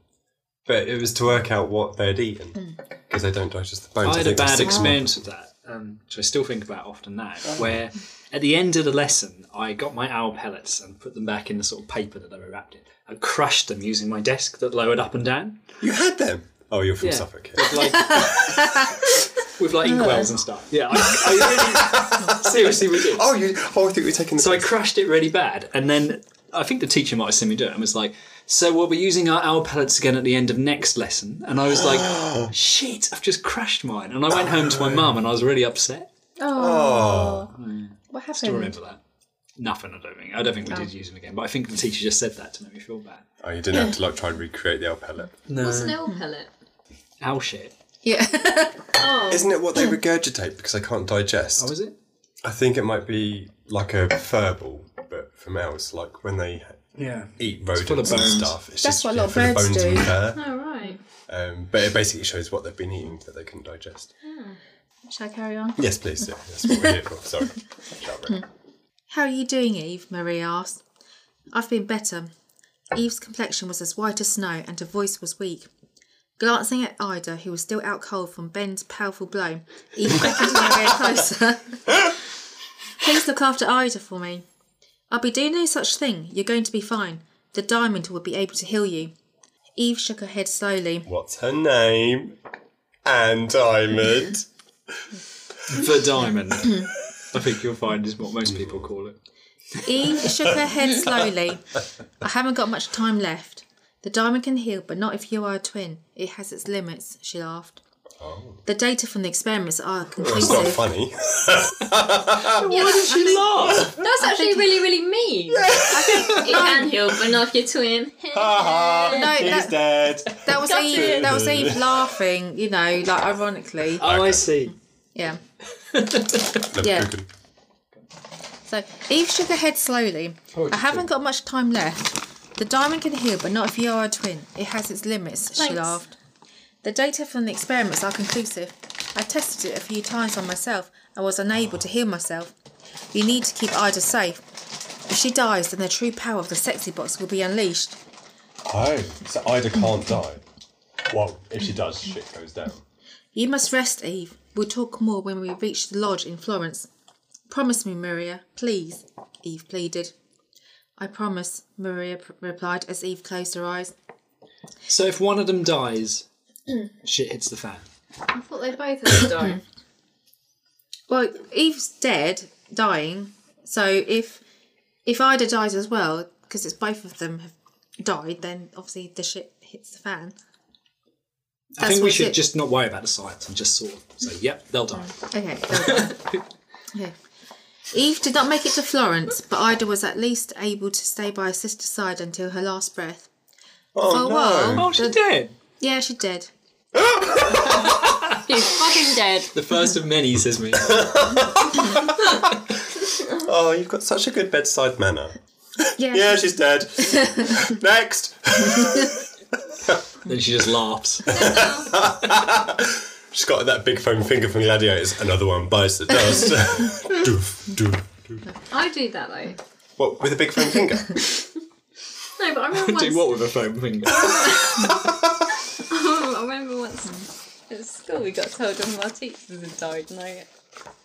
Speaker 3: But it was to work out what they'd eaten because they don't digest the bones.
Speaker 2: Hmm. I had a
Speaker 3: think they're
Speaker 2: bad
Speaker 3: six
Speaker 2: experience of that, um, which I still think about often now, where at the end of the lesson, I got my owl pellets and put them back in the sort of paper that they were wrapped in and crushed them using my desk that lowered up and down.
Speaker 3: months. You had them. Oh, you're from
Speaker 2: Yeah.
Speaker 3: Suffolk. yeah.
Speaker 2: like with like inkwells and stuff. Yeah, I, I really seriously we did.
Speaker 3: Oh, you. Oh, I think we're taking the.
Speaker 2: So I crushed it really bad, and then I think the teacher might have seen me do it and was like, "So we'll be using our owl pellets again at the end of next lesson." And I was like, "Shit, I've just crushed mine." And I went home to my mum, and I was really upset.
Speaker 3: Oh,
Speaker 1: What
Speaker 2: I
Speaker 1: happened?
Speaker 2: remember that. Nothing. I don't think. I don't think we did use them again. But I think the teacher just said that to make me feel bad.
Speaker 3: oh, you didn't have to like try and recreate the owl pellet.
Speaker 2: No.
Speaker 4: It's an owl pellet.
Speaker 2: Owl shit.
Speaker 1: Yeah.
Speaker 3: Isn't it what they regurgitate because they can't digest?
Speaker 2: Oh, was it?
Speaker 3: I think it might be like a furball, but for males, like when they
Speaker 2: Yeah.
Speaker 3: eat
Speaker 2: full of
Speaker 3: rodents and
Speaker 2: bones.
Speaker 3: stuff. It's
Speaker 1: That's
Speaker 3: just,
Speaker 1: what a
Speaker 3: yeah,
Speaker 1: lot of
Speaker 3: full
Speaker 1: birds
Speaker 3: bones
Speaker 1: do.
Speaker 3: and fur.
Speaker 4: Oh, right.
Speaker 3: Um, but it basically shows what they've been eating that they couldn't digest.
Speaker 1: Shall I carry on?
Speaker 3: Yes, please. Yeah, that's what we're here for. Sorry. Can't read.
Speaker 1: How are you doing, Eve? Marie asked. I've been better. Eve's complexion was as white as snow and her voice was weak. Glancing at Ida, who was still out cold from Ben's powerful blow, Eve beckoned Maria closer. Please look after Ida for me. I'll be doing no such thing. You're going to be fine. The diamond will be able to heal you. Eve shook her head slowly.
Speaker 3: What's her name? And diamond.
Speaker 2: The diamond. I think you'll find is what most people call it.
Speaker 1: Eve shook her head slowly. I haven't got much time left. The diamond can heal, but not if you are a twin. It has its limits, she laughed. The data from the experiments are
Speaker 3: It's Oh. not
Speaker 1: conclusive.
Speaker 3: funny.
Speaker 4: Why did she
Speaker 2: laugh?
Speaker 4: That's actually really, really mean. I think it can heal, but not if you're twin.
Speaker 1: No,
Speaker 3: He's
Speaker 1: that,
Speaker 3: dead.
Speaker 1: that was Eve. That was Eve laughing. You know, like ironically.
Speaker 2: Oh, I see.
Speaker 1: Yeah.
Speaker 3: Look,
Speaker 1: Yeah.
Speaker 3: Google.
Speaker 1: So Eve shook her head slowly. I haven't got much time left. The diamond can heal, but not if you are a twin. It has its limits, she
Speaker 4: Thanks.
Speaker 1: laughed. The data from the experiments are conclusive. I tested it a few times on myself and was unable to heal myself. You need to keep Ida safe. If she dies, then the true power of the sexy box will be unleashed.
Speaker 3: Oh, so Ida can't die. Well, if she does, shit goes down.
Speaker 1: You must rest, Eve. We'll talk more when we reach the lodge in Florence. Promise me, Maria, please, Eve pleaded. I promise, Maria p- replied as Eve closed her eyes.
Speaker 2: So if one of them dies, shit hits the fan.
Speaker 4: I thought they both had to die.
Speaker 1: Well, Eve's dead, dying. So if if Ida dies as well, because it's both of them have died, then obviously the shit hits the fan.
Speaker 2: I think we
Speaker 1: what
Speaker 2: should
Speaker 1: it-
Speaker 2: just not worry about the science and just sort of say, yep, they'll die.
Speaker 1: Okay. there we go. okay. Eve did not make it to Florence, but Ida was at least able to stay by her sister's side until her last breath.
Speaker 3: Oh,
Speaker 1: For a while,
Speaker 2: Oh, she did.
Speaker 1: Yeah, she did.
Speaker 4: He's fucking dead.
Speaker 2: The first of many, says me.
Speaker 3: Oh, you've got such a good bedside manner.
Speaker 1: Yeah.
Speaker 3: Yeah, she's dead. Next.
Speaker 2: then she just laughs.
Speaker 3: She's got that big foam finger from Gladiators. Another one bites the dust. doof, doof, doof.
Speaker 4: I do that though.
Speaker 3: What, with a big foam finger?
Speaker 4: No, but I remember once.
Speaker 2: Oh, Do what with a foam finger?
Speaker 4: I Oh, I remember once at school we got told one of our teachers had died, and I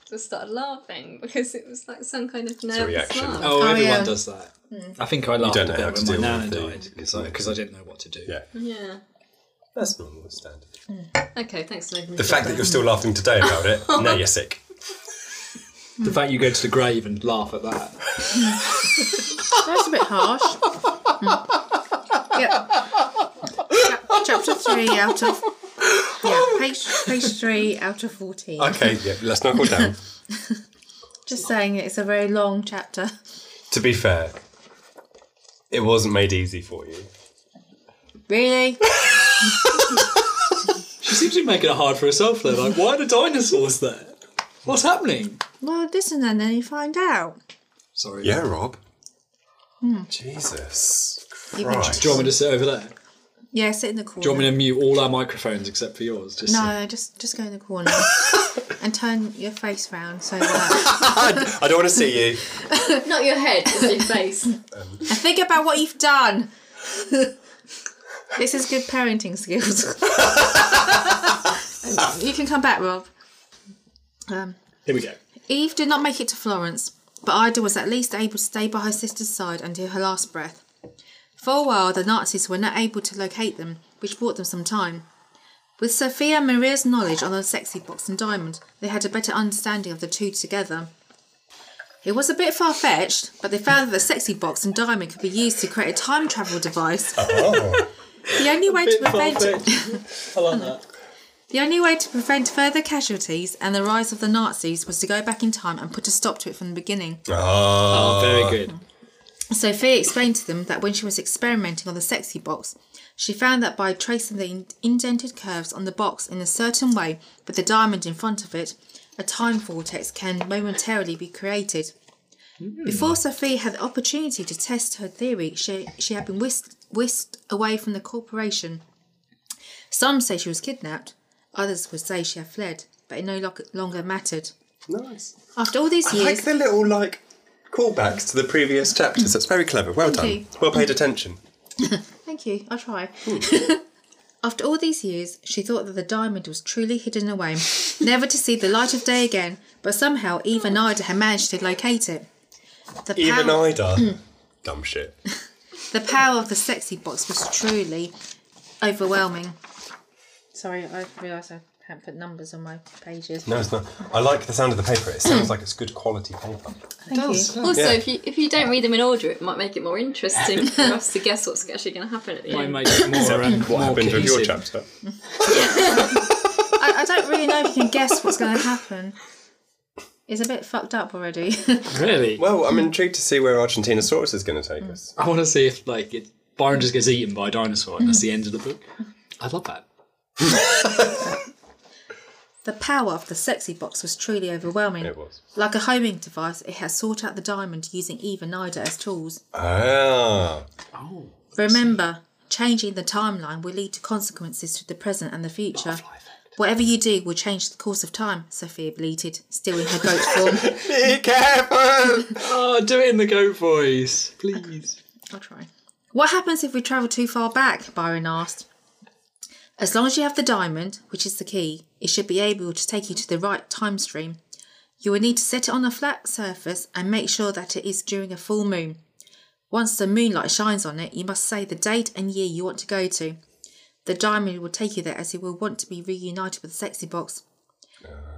Speaker 4: just started laughing because it was like some kind of nervous
Speaker 3: reaction.
Speaker 4: laugh.
Speaker 2: Oh, everyone
Speaker 1: yeah. Hmm.
Speaker 2: does that. I think I laughed
Speaker 3: don't
Speaker 2: a
Speaker 3: know
Speaker 2: bit
Speaker 3: how
Speaker 2: when
Speaker 3: to
Speaker 2: my
Speaker 3: deal
Speaker 2: nana
Speaker 3: with the
Speaker 2: died
Speaker 3: anxiety.
Speaker 2: because I didn't know what to do.
Speaker 3: Yeah,
Speaker 4: Yeah.
Speaker 3: that's normal and standard.
Speaker 4: Okay, thanks for making me.
Speaker 3: The fact that you're still laughing today about it, now you're sick.
Speaker 2: The fact you go to the grave and laugh at that.
Speaker 1: That's a bit harsh. Mm. Yep. Chap- Chapter three out of yeah, page page three out of fourteen.
Speaker 3: Okay, yeah, let's not go down.
Speaker 1: Just saying, it's a very long chapter.
Speaker 3: to be fair, it wasn't made easy for you.
Speaker 1: Really?
Speaker 2: She seems to be making it hard for herself though. Like, why are the dinosaurs there? What's happening?
Speaker 1: Well, listen, and then you find out.
Speaker 2: Sorry.
Speaker 3: Yeah, Rob. Jesus
Speaker 1: You mentioned-
Speaker 3: Christ.
Speaker 2: Do you want me to sit over there?
Speaker 1: Yeah, sit in the corner.
Speaker 2: Do you want me to mute all our microphones except for yours? Just
Speaker 1: No, no, just just go in the corner and turn your face round so that.
Speaker 3: I don't want to see you.
Speaker 4: Not your head, it's your face.
Speaker 1: and think about what you've done. this is good parenting skills. you can come back, Rob. Um,
Speaker 2: Here we go.
Speaker 1: Eve did not make it to Florence, but Ida was at least able to stay by her sister's side until her last breath. For a while, the Nazis were not able to locate them, which bought them some time. With Sophia and Maria's knowledge on the sexy box and diamond, they had a better understanding of the two together. It was a bit far fetched, but they found that the sexy box and diamond could be used to create a time travel device. the only way to prevent it.
Speaker 2: I love that.
Speaker 1: The only way to prevent further casualties and the rise of the Nazis was to go back in time and put a stop to it from the beginning.
Speaker 2: Oh,
Speaker 3: Oh,
Speaker 2: very good.
Speaker 1: Sophia explained to them that when she was experimenting on the sexy box, she found that by tracing the in- indented curves on the box in a certain way with the diamond in front of it, a time vortex can momentarily be created.
Speaker 3: Hmm.
Speaker 1: Before Sophia had the opportunity to test her theory, she, she had been whisked, whisked away from the corporation. Some say she was kidnapped, others would say she had fled, but it no lo- longer mattered.
Speaker 3: nice.
Speaker 1: After all these
Speaker 3: I like
Speaker 1: years,
Speaker 3: the little like callbacks to the previous chapters. That's very clever. Well done.
Speaker 1: you.
Speaker 3: Well paid attention.
Speaker 1: Thank you. I try.
Speaker 3: Hmm.
Speaker 1: After all these years, she thought that the diamond was truly hidden away, never to see the light of day again. But somehow, Eve and Ida had managed to locate it. The
Speaker 3: Even
Speaker 1: power,
Speaker 3: Ida. Dumb shit.
Speaker 1: the power of the sexy box was truly overwhelming. Sorry, I realised I haven't put numbers on my pages.
Speaker 3: No, it's not. I like the sound of the paper. It sounds like it's good quality paper.
Speaker 1: Thank you.
Speaker 4: Also,
Speaker 3: Yeah.
Speaker 4: if you if you don't read them in order, it might make it more interesting for us to guess what's actually going to happen at the
Speaker 2: Might
Speaker 4: end.
Speaker 2: make it more and
Speaker 3: What
Speaker 2: more
Speaker 3: happened with
Speaker 2: cohesive.
Speaker 3: your chapter?
Speaker 1: I, I don't really know if you can guess what's going to happen. It's a bit fucked up already.
Speaker 2: Really?
Speaker 3: Well, I'm intrigued to see where Argentinosaurus is going to take us.
Speaker 2: I want to see if like it, Byron just gets eaten by a dinosaur and that's the end of the book. I love that.
Speaker 1: the power of the sexy box was truly overwhelming.
Speaker 3: It was.
Speaker 1: Like a homing device, it has sought out the diamond using Eve and Ida as tools.
Speaker 3: Ah.
Speaker 2: Oh,
Speaker 1: Remember, changing the timeline will lead to consequences to the present and the future. Whatever you do will change the course of time, Sophia bleated, still in her goat form.
Speaker 3: Be careful!
Speaker 2: oh, do it in the goat voice, please.
Speaker 1: I'll try. What happens if we travel too far back? Byron asked. As long as you have the diamond, which is the key, it should be able to take you to the right time stream. You will need to set it on a flat surface and make sure that it is during a full moon. Once the moonlight shines on it, you must say the date and year you want to go to. The diamond will take you there as you will want to be reunited with the sexy box.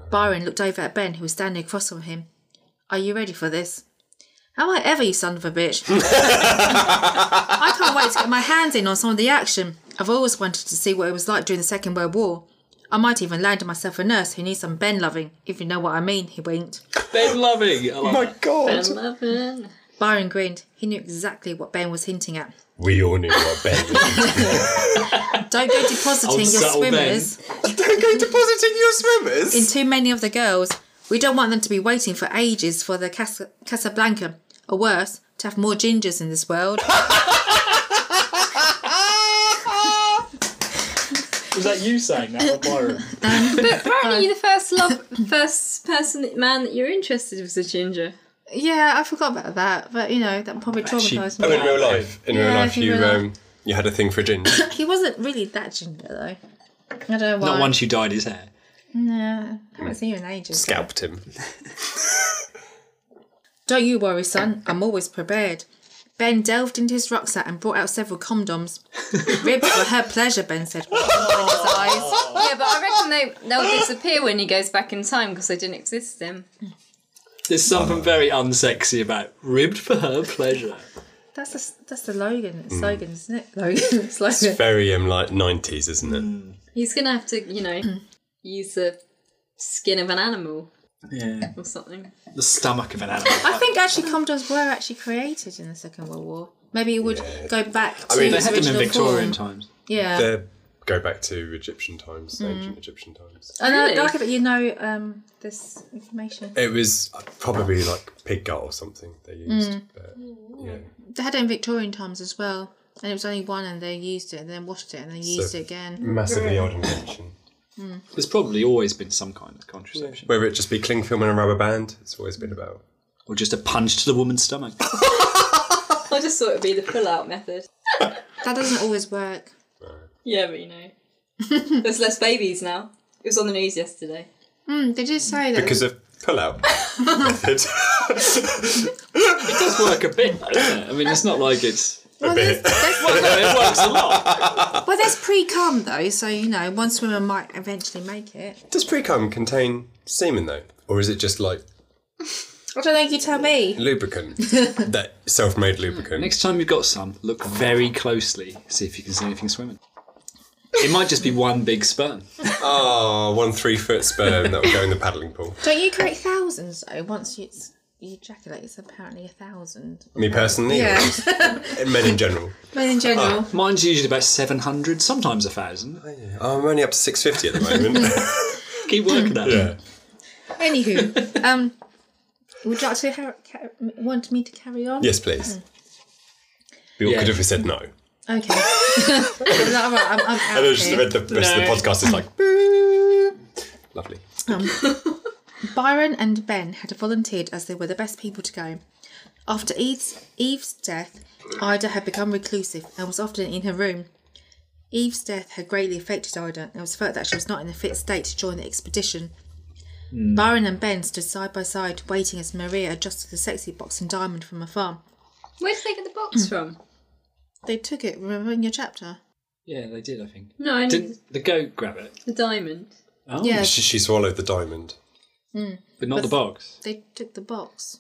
Speaker 1: Byron looked over at Ben, who was standing across from him. Are you ready for this? Am I ever, you son of a bitch? I can't wait to get my hands in on some of the action. I've always wanted to see what it was like during the Second World War. I might even land myself a nurse who needs some Ben loving, if you know what I mean, he winked.
Speaker 2: Ben Loving. I love
Speaker 3: My
Speaker 2: that.
Speaker 3: God!
Speaker 4: Eleven.
Speaker 1: Byron grinned. He knew exactly what Ben was hinting at.
Speaker 3: We all knew what Ben was.
Speaker 1: Don't go depositing your
Speaker 2: Old subtle Ben.
Speaker 1: swimmers
Speaker 3: Don't go depositing your swimmers!
Speaker 1: in too many of the girls. We don't want them to be waiting for ages for the Casa- Casablanca, or worse, to have more gingers in this world.
Speaker 2: Was that you saying that, or Byron?
Speaker 4: Apparently, the first love, first person that- man that you're interested was a ginger.
Speaker 1: yeah, I forgot about that, but you know, that probably
Speaker 2: she-
Speaker 1: traumatised
Speaker 3: Oh,
Speaker 1: me.
Speaker 3: in real life. In
Speaker 1: Yeah,
Speaker 3: real
Speaker 1: if
Speaker 3: life,
Speaker 1: you
Speaker 3: you
Speaker 1: real
Speaker 3: um, you had a thing for a ginger.
Speaker 1: He wasn't really that ginger though. I don't know why.
Speaker 2: Not once you dyed his hair.
Speaker 1: Nah, I haven't seen you in ages.
Speaker 3: Scalped him.
Speaker 1: Don't you worry, son. I'm always prepared. Ben delved into his rucksack and brought out several condoms. Ribs were her pleasure, Ben said. with his eyes.
Speaker 4: Yeah, but I reckon they, they'll disappear when he goes back in time because they didn't exist then.
Speaker 2: There's
Speaker 3: Oh.
Speaker 2: something very unsexy about ribbed for her pleasure.
Speaker 1: That's the, that's the Logan slogan, isn't it? Logan slogan.
Speaker 3: Very um, like 90s, isn't it?
Speaker 4: He's gonna have to, you know, use the skin of an animal
Speaker 2: Yeah.
Speaker 4: or something.
Speaker 2: The stomach of an animal.
Speaker 1: I think actually condoms were actually created in the Second World War. Maybe it would
Speaker 3: Yeah.
Speaker 1: go back to
Speaker 3: I mean,
Speaker 2: They
Speaker 1: its
Speaker 2: had them in
Speaker 1: original
Speaker 2: Victorian
Speaker 1: form.
Speaker 2: times.
Speaker 1: Yeah.
Speaker 3: They go back to Egyptian times, ancient Egyptian times.
Speaker 1: and I
Speaker 4: Really?
Speaker 1: like it that you know um, this information.
Speaker 3: It was uh, probably like pig gut or something they used. But, yeah.
Speaker 1: They had it in Victorian times as well. And it was only one and they used it and then washed it and then used
Speaker 3: So-
Speaker 1: it again.
Speaker 3: Massively odd invention.
Speaker 2: There's probably always been some kind of contraception.
Speaker 3: Whether it just be cling film and a rubber band, it's always been about.
Speaker 2: Or just a punch to the woman's stomach.
Speaker 4: I just thought it'd be the pull-out method.
Speaker 1: That doesn't always work.
Speaker 4: Yeah, but you know, there's less babies now. It was on the news yesterday.
Speaker 1: Mm, they did say that.
Speaker 3: Because of pull out method.
Speaker 2: It does work a bit, though, doesn't it? I mean, it's not like it's.
Speaker 1: well, there's, there's,
Speaker 2: It works a lot.
Speaker 1: well, there's pre-cum though, so you know, one swimmer might eventually make it.
Speaker 3: Does precum contain semen though? Or is it just like
Speaker 1: I don't think you tell me.
Speaker 3: lubricant? that self made lubricant.
Speaker 2: Next time you've got some, look very closely, see if you can see anything swimming. It might just be one big sperm.
Speaker 3: Oh, one three foot sperm that will go in the paddling pool.
Speaker 1: Don't you create thousands though? Once you, it's, you ejaculate, it's apparently a thousand.
Speaker 3: Me personally? or
Speaker 1: Yeah,
Speaker 3: just men in general.
Speaker 1: but in general,
Speaker 2: Mine's usually about 700, sometimes a 1,000.
Speaker 3: Oh, I'm only up to 650 at the moment.
Speaker 2: Keep working at it.
Speaker 3: yeah. Oh.
Speaker 1: anywho, um, would you like to har- ca- want me to carry on?
Speaker 3: Yes, please. Be
Speaker 2: Yeah.
Speaker 3: awkward if we said no.
Speaker 1: Okay. Is that all right? I'm, I'm out
Speaker 3: I know, just
Speaker 1: here.
Speaker 3: read the rest of
Speaker 4: No.
Speaker 3: the podcast. It's like, boop. Lovely.
Speaker 1: Um, Byron and Ben had volunteered as they were the best people to go. After Eve's, Eve's death, Ida had become reclusive and was often in her room. Eve's death had greatly affected Ida, and it was felt that she was not in a fit state to join the expedition. Byron and Ben stood side by side, waiting as Maria adjusted the sexy box and diamond from a farm.
Speaker 4: Where did they get the box from?
Speaker 1: They took it, remember in your chapter?
Speaker 2: Yeah, they did, I think.
Speaker 4: No, I need
Speaker 2: Didn't the goat grab it?
Speaker 4: the diamond.
Speaker 2: Oh,
Speaker 1: Yeah,
Speaker 3: She, she swallowed the diamond.
Speaker 2: But not the box.
Speaker 1: they took the box.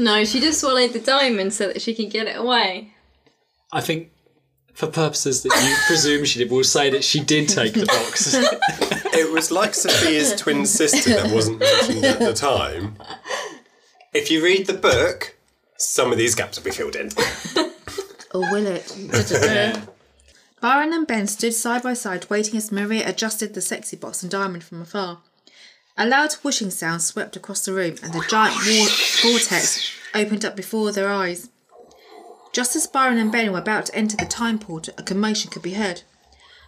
Speaker 4: No, she just swallowed the diamond so that she can get it away.
Speaker 2: I think for purposes that you presume she did, we'll say that she did take the box.
Speaker 3: It was like Sophia's twin sister that wasn't mentioned at the time. If you read the book, some of these gaps will be filled in.
Speaker 1: Or will it?
Speaker 2: yeah.
Speaker 1: Byron and Ben stood side by side, waiting as Maria adjusted the sexy box and diamond from afar. A loud whooshing sound swept across the room, and the giant war- vortex opened up before their eyes. Just as Byron and Ben were about to enter the time portal, a commotion could be heard.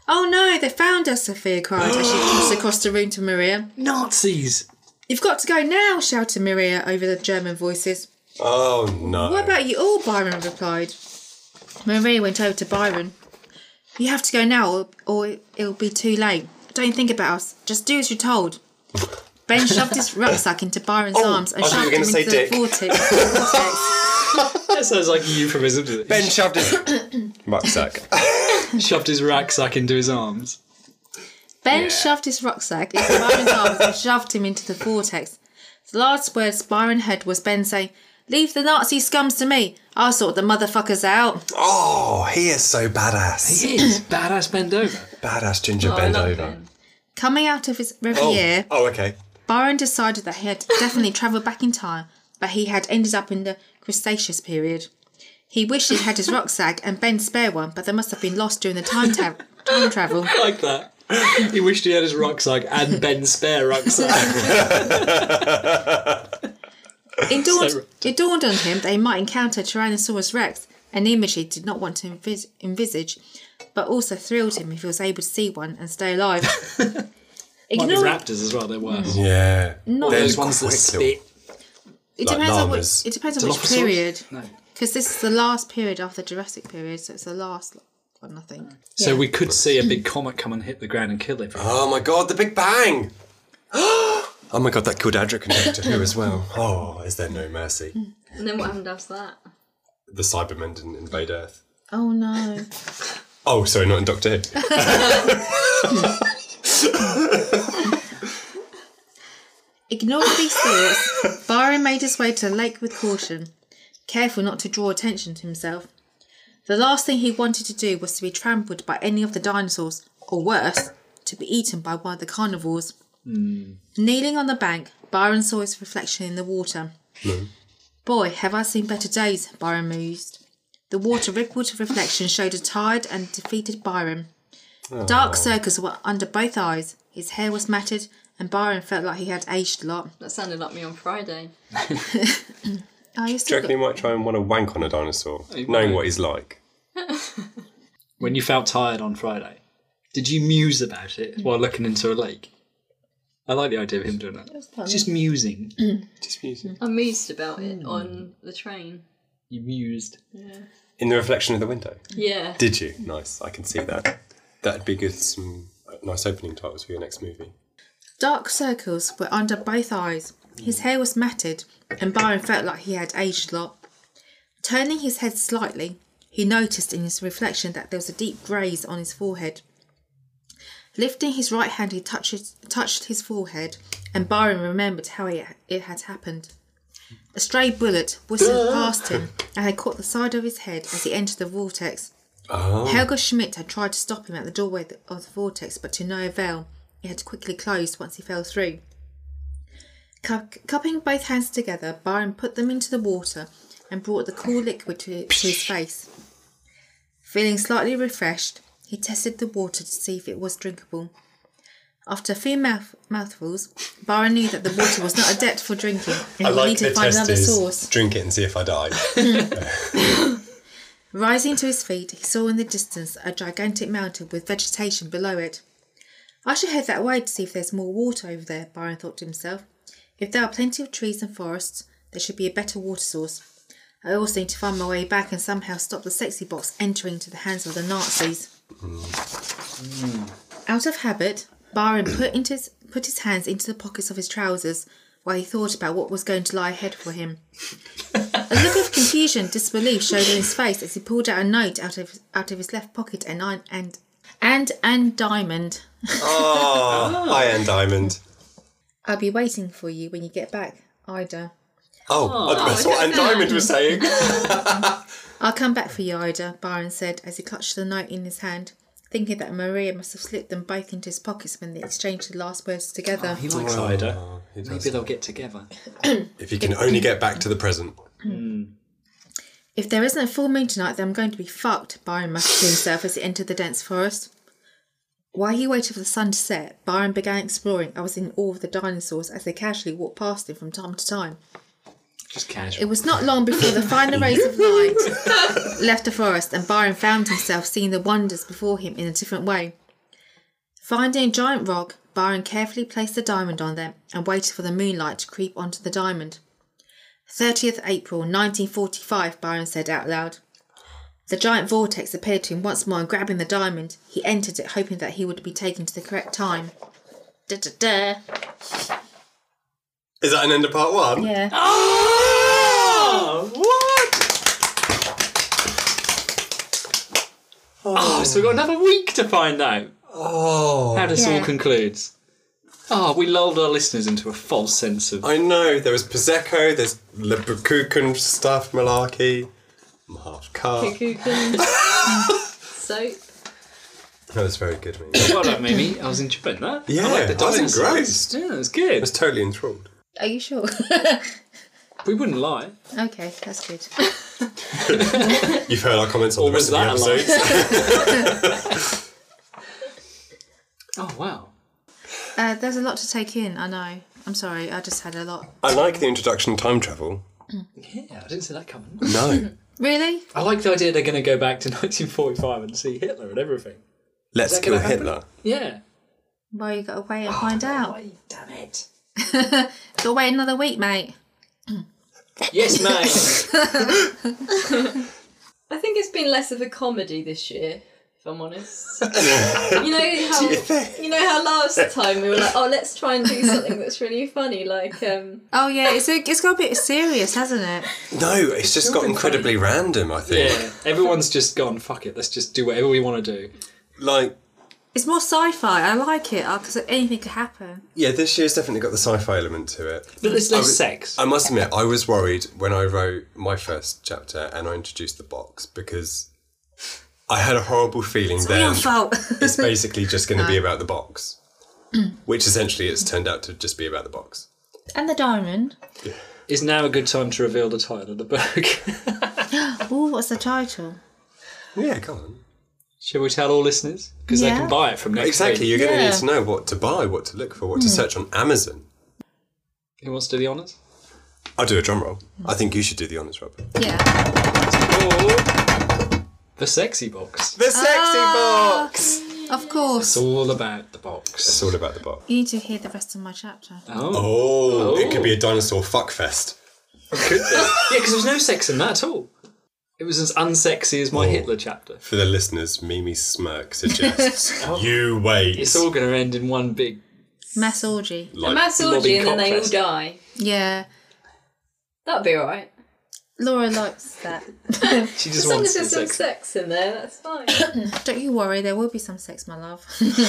Speaker 1: Oh no, they found us, Sophia cried as she crossed across the room to Maria.
Speaker 2: Nazis!
Speaker 1: You've got to go now, shouted Maria over the German voices.
Speaker 3: Oh, no.
Speaker 1: What about you all? Byron replied. Maria went over to Byron. You have to go now, or, or it'll be too late. Don't think about us. Just do as you're told. Ben shoved his rucksack into Byron's arms and
Speaker 3: Oh, I thought you
Speaker 1: shoved
Speaker 3: were
Speaker 1: him
Speaker 3: gonna
Speaker 1: into
Speaker 3: say
Speaker 1: the
Speaker 3: dick.
Speaker 1: vortex. vortex.
Speaker 2: That sounds like a euphemism. doesn't it?
Speaker 3: Ben shoved his rucksack.
Speaker 2: shoved his rucksack into his arms.
Speaker 1: Ben shoved his rucksack into Byron's arms and shoved him into the vortex. The last words Byron heard was Ben saying, Leave the Nazi scums to me. I'll sort the motherfuckers out.
Speaker 3: Oh, he is so badass.
Speaker 2: It is badass bend over.
Speaker 3: Badass Ginger
Speaker 4: Oh, I
Speaker 3: bend
Speaker 4: love
Speaker 3: over.
Speaker 4: Ben.
Speaker 1: Coming out of his
Speaker 3: Oh,
Speaker 1: Riviere,
Speaker 3: oh, okay.
Speaker 1: Byron decided that he had definitely travelled back in time, but he had ended up in the Cretaceous period. He wished he had his rucksack and Ben's spare one, but they must have been lost during the time, ta- time travel.
Speaker 2: I like that. He wished he had his rucksack and Ben's spare rucksack.
Speaker 1: It dawned,
Speaker 2: So-
Speaker 1: it dawned on him that he might encounter Tyrannosaurus Rex, an image he did not want to envis- envisage, but also thrilled him if he was able to see one and stay alive.
Speaker 2: Like the
Speaker 1: Ignoring,
Speaker 2: raptors as well, they were.
Speaker 3: Yeah.
Speaker 1: Not- They're
Speaker 2: Those ones that spit.
Speaker 1: it,
Speaker 3: like
Speaker 1: depends on which,
Speaker 3: llamas.
Speaker 1: it depends on which
Speaker 2: Dilophosaurus?
Speaker 1: period,
Speaker 2: No.
Speaker 1: because this is the last period after the Jurassic period, so it's the last one, I think.
Speaker 2: So we could see a big comet come and hit the ground and kill everyone.
Speaker 3: Oh my god, the Big Bang! oh my god, that killed Adric and Doctor Who as well. Oh, is there no mercy?
Speaker 4: And then what happened after that?
Speaker 3: The Cybermen didn't invade Earth.
Speaker 1: Oh no.
Speaker 3: Oh, sorry, not in Doctor Who.
Speaker 1: Ignoring these thoughts, Byron made his way to the lake with caution, careful not to draw attention to himself. The last thing he wanted to do was to be trampled by any of the dinosaurs, or worse, to be eaten by one of the carnivores. Kneeling on the bank, Byron saw his reflection in the water. Boy, have I seen better days, Byron mused. The water rippled to reflection showed a tired and defeated Byron. Dark circles were under both eyes, his hair was matted, and Byron felt like he had aged a lot.
Speaker 4: That sounded like me on Friday.
Speaker 1: Oh, you still
Speaker 3: Do you reckon he might try and want to wank on a dinosaur, knowing
Speaker 2: might.
Speaker 3: what he's like?
Speaker 2: When you felt tired on Friday, did you muse about it while looking into a lake? I like the idea of him doing that. It's just musing.
Speaker 3: Just music.
Speaker 4: I mused about it on the train.
Speaker 2: You mused.
Speaker 3: In the reflection of the window.
Speaker 4: Yeah.
Speaker 3: Hmm. Did you? Nice. I can see that. That'd be good. Some nice opening titles for your next movie.
Speaker 1: Dark circles were under both eyes. His hair was matted, and Byron felt like he had aged a lot. Turning his head slightly, he noticed in his reflection that there was a deep graze on his forehead. Lifting his right hand, he touched, his- touched his forehead, and Byron remembered how he, it had happened. A stray bullet whistled past him and had caught the side of his head as he entered the vortex.
Speaker 3: Oh.
Speaker 1: Helga Schmidt had tried to stop him at the doorway th- of the vortex, but to no avail. It had quickly closed once he fell through. Cu- cupping both hands together, Byron put them into the water and brought the cool liquid to, to his face. Feeling slightly refreshed, he tested the water to see if it was drinkable. After a few mouth- mouthfuls, Byron knew that the water was not adept for drinking and
Speaker 3: I
Speaker 1: he
Speaker 3: like
Speaker 1: needed
Speaker 3: the
Speaker 1: to find
Speaker 3: test
Speaker 1: another
Speaker 3: is
Speaker 1: source.
Speaker 3: drink it and see if I die.
Speaker 1: Rising to his feet, he saw in the distance a gigantic mountain with vegetation below it. I should head that way to see if there's more water over there, Byron thought to himself. If there are plenty of trees and forests, there should be a better water source. I also need to find my way back and somehow stop the sexy box entering into the hands of the Nazis. Out of habit, Byron put, into his, put his hands into the pockets of his trousers while he thought about what was going to lie ahead for him. A look of confusion, disbelief showed on his face as he pulled out a note out of out of his left pocket and iron- and and and diamond.
Speaker 3: oh, I am Diamond.
Speaker 1: I'll be waiting for you when you get back, Ida.
Speaker 3: Oh, that's what Anne Diamond was saying.
Speaker 1: I'll come back for you, Ida, Byron said as he clutched the note in his hand, thinking that Maria must have slipped them both into his pockets when they exchanged the last words together.
Speaker 2: He likes
Speaker 3: Oh,
Speaker 2: Ida.
Speaker 3: he does.
Speaker 2: Maybe they'll get together.
Speaker 3: If you can only get back to the present.
Speaker 1: If there isn't a full moon tonight, then I'm going to be fucked, Byron muttered to himself as he entered the dense forest. While he waited for the sun to set, Byron began exploring. I was in awe of the dinosaurs as they casually walked past him from time to time.
Speaker 2: Just
Speaker 1: It
Speaker 2: casual.
Speaker 1: was not long before the final rays of light left the forest, and Byron found himself seeing the wonders before him in a different way. Finding a giant rock, Byron carefully placed the diamond on there and waited for the moonlight to creep onto the diamond. 30th April 1945, Byron said out loud. The giant vortex appeared to him once more, and grabbing the diamond, he entered it, hoping that he would be taken to the correct time. Da da da.
Speaker 3: Is that an end of part one?
Speaker 1: Yeah.
Speaker 2: Oh, what? Oh, so we've got another week to find out
Speaker 3: Oh.
Speaker 2: how this all
Speaker 1: Yeah.
Speaker 2: concludes. Oh, we lulled our listeners into a false sense of.
Speaker 3: I know, there was Prosecco, there's Leprechaun stuff, malarkey, I'm half car.
Speaker 4: Cuckoo Soap.
Speaker 3: That was very good, mate.
Speaker 2: well done, Mimi. I was enjoying that.
Speaker 3: Yeah,
Speaker 2: I, like the
Speaker 3: I was
Speaker 2: dinosaurs.
Speaker 3: engrossed.
Speaker 2: Yeah, it was
Speaker 3: I
Speaker 2: good.
Speaker 3: was totally enthralled.
Speaker 1: Are you sure?
Speaker 2: We wouldn't lie.
Speaker 1: okay, that's good.
Speaker 3: You've heard our comments on
Speaker 2: Or
Speaker 3: the rest
Speaker 2: was
Speaker 3: of the
Speaker 2: that a lie?
Speaker 3: episodes.
Speaker 2: Oh, wow.
Speaker 1: Uh, there's a lot to take in, I know. I'm sorry, I just had a lot.
Speaker 3: I like the introduction to time travel.
Speaker 2: Yeah, I didn't see that coming.
Speaker 3: No.
Speaker 1: Really?
Speaker 2: I like the idea they're going to go back to 1945 and see Hitler and everything.
Speaker 3: Let's
Speaker 2: that
Speaker 3: kill
Speaker 2: gonna happen?
Speaker 3: Hitler.
Speaker 2: Yeah.
Speaker 1: Well, you got to wait and find out.
Speaker 2: damn it.
Speaker 1: Got to wait another week, mate.
Speaker 2: Yes, mate.
Speaker 4: I think it's been less of a comedy this year if I'm honest. you know how you know how last time we were like, oh, let's try and do something that's really funny, like um,
Speaker 1: Oh yeah, it's a, it's got a bit serious, hasn't it?
Speaker 3: No, it's just got incredibly random, I think.
Speaker 2: Yeah, everyone's just gone. Fuck it. Let's just do whatever we want to do.
Speaker 3: Like,
Speaker 1: It's more sci-fi. I like it because anything could happen.
Speaker 3: yeah, this year's definitely got the sci fi element to it.
Speaker 2: But there's no
Speaker 3: was-
Speaker 2: sex.
Speaker 3: I must admit, I was worried when I wrote my first chapter and I introduced the box because I had a horrible feeling
Speaker 1: It's
Speaker 3: then
Speaker 1: Your fault.
Speaker 3: it's basically just going to be about the box, which essentially it's turned out to just be about the box.
Speaker 1: and the diamond.
Speaker 2: Is now a good time to reveal the title of the book?
Speaker 1: Oh, what's the title?
Speaker 3: Yeah, go on.
Speaker 2: Shall we tell all listeners? Because they
Speaker 1: Yeah.
Speaker 2: can buy it from next
Speaker 3: Exactly,
Speaker 2: week.
Speaker 3: you're going to
Speaker 1: Yeah.
Speaker 3: need to know what to buy, what to look for, what to search on Amazon.
Speaker 2: Who wants to do the honours?
Speaker 3: I'll do a drum roll. I think you should do the honors, Rob.
Speaker 1: Yeah.
Speaker 2: Oh, The sexy box.
Speaker 3: The sexy box!
Speaker 1: Of course.
Speaker 2: It's all about the box.
Speaker 3: It's all about the box.
Speaker 1: You need to hear the rest of my chapter.
Speaker 2: Oh,
Speaker 3: Oh, it
Speaker 2: Oh.
Speaker 3: could be a dinosaur fuckfest.
Speaker 2: could be. yeah, because there was no sex in that at all. It was as unsexy as my
Speaker 3: Oh.
Speaker 2: Hitler chapter.
Speaker 3: For the listeners, Mimi's smirk suggests you wait.
Speaker 2: Oh. It's all going to end in one big.
Speaker 1: Mass orgy.
Speaker 4: a
Speaker 3: like,
Speaker 4: mass orgy,
Speaker 2: Lobby
Speaker 4: and then they all
Speaker 2: cockfest.
Speaker 4: die.
Speaker 1: Yeah.
Speaker 4: That'd be alright.
Speaker 1: Laura likes that.
Speaker 2: She just
Speaker 4: As long
Speaker 2: wants
Speaker 4: as
Speaker 2: some
Speaker 4: there's some
Speaker 2: sex.
Speaker 4: sex in there, that's fine.
Speaker 1: Don't you worry, there will be some sex, my love.
Speaker 2: yes, my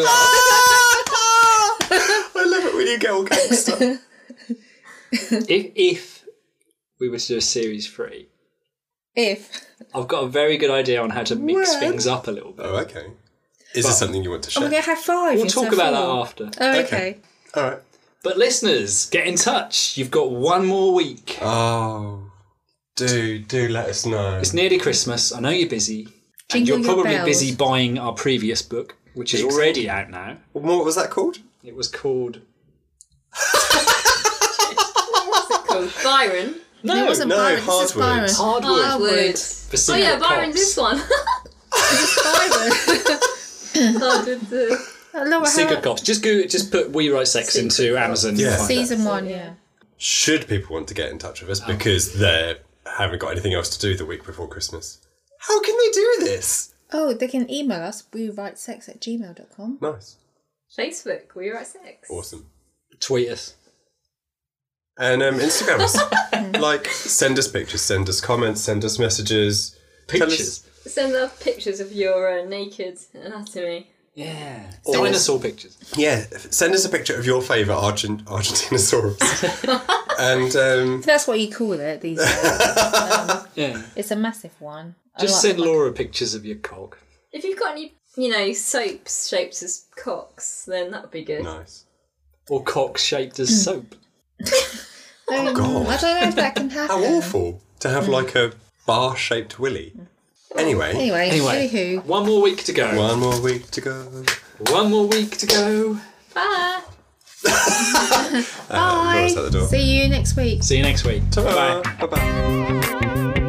Speaker 2: love.
Speaker 3: I love it when you get all gangster.
Speaker 2: If, if we were to do a series three,
Speaker 1: if.
Speaker 2: I've got a very good idea on how to mix
Speaker 3: Well.
Speaker 2: things up a little bit.
Speaker 3: oh, okay. Is this something you want to
Speaker 1: We're
Speaker 3: share?
Speaker 1: going to have five.
Speaker 2: We'll talk about that after.
Speaker 1: Oh, okay.
Speaker 3: Okay. All right.
Speaker 2: But listeners, get in touch. You've got one more week.
Speaker 3: Oh, do do let us know.
Speaker 2: It's nearly Christmas. I know you're busy. And
Speaker 1: Jingle
Speaker 2: you're
Speaker 1: your
Speaker 2: probably
Speaker 1: bells.
Speaker 2: busy buying our previous book, which is
Speaker 3: Exactly.
Speaker 2: already out now.
Speaker 3: What was that called?
Speaker 2: It was called.
Speaker 4: Called Byron.
Speaker 2: Oh, No,
Speaker 1: It wasn't
Speaker 3: no,
Speaker 1: Byron, this is
Speaker 3: Hardwoods.
Speaker 1: Byron.
Speaker 2: Hardwood.
Speaker 1: Hardwood.
Speaker 2: For
Speaker 4: Oh
Speaker 2: Secret
Speaker 4: yeah, Byron's
Speaker 2: Cops.
Speaker 4: this one.
Speaker 1: Byron.
Speaker 4: Oh, did the-
Speaker 1: Laura,
Speaker 2: Secret
Speaker 1: how...
Speaker 2: Cops. Just go. Just put We Write Sex into Amazon.
Speaker 3: Yeah.
Speaker 2: You'll find
Speaker 1: Season
Speaker 2: it.
Speaker 1: one, yeah.
Speaker 3: Should people want to get in touch with us because they haven't got anything else to do the week before Christmas? How can they do this?
Speaker 1: Oh, they can email us, we write sex at gmail.com.
Speaker 3: Nice,
Speaker 4: Facebook, we were at sex.
Speaker 3: awesome.
Speaker 2: Tweet us.
Speaker 3: And um, Instagram us. like, send us pictures, send us comments, send us messages. Tell us-
Speaker 2: Pictures.
Speaker 4: Send us pictures of your uh, naked anatomy.
Speaker 2: Yeah. Dinosaur pictures.
Speaker 3: Yeah, f- send us a picture of your favourite Argent- Argentinosaurus. and um,
Speaker 1: That's what you call it these days.
Speaker 2: Yeah.
Speaker 1: it's a massive one. I
Speaker 2: Just
Speaker 1: like
Speaker 2: send
Speaker 1: that one.
Speaker 2: Laura pictures of your cock.
Speaker 4: If you've got any, you know, soaps shaped as cocks, then that'd be good.
Speaker 3: nice.
Speaker 2: Or cock shaped as
Speaker 1: Mm.
Speaker 2: soap.
Speaker 1: Oh,
Speaker 3: God.
Speaker 1: I don't know if that can happen.
Speaker 3: How awful to have like a bar shaped willy. Anyway,
Speaker 1: Anyway,
Speaker 2: Anyway,
Speaker 1: anywho.
Speaker 2: one more week to go.
Speaker 3: one more week to go.
Speaker 2: One more week to go.
Speaker 4: Bye.
Speaker 1: Bye.
Speaker 3: Laura's at the door.
Speaker 1: See you next week.
Speaker 2: See you next week. Bye.
Speaker 3: Bye bye.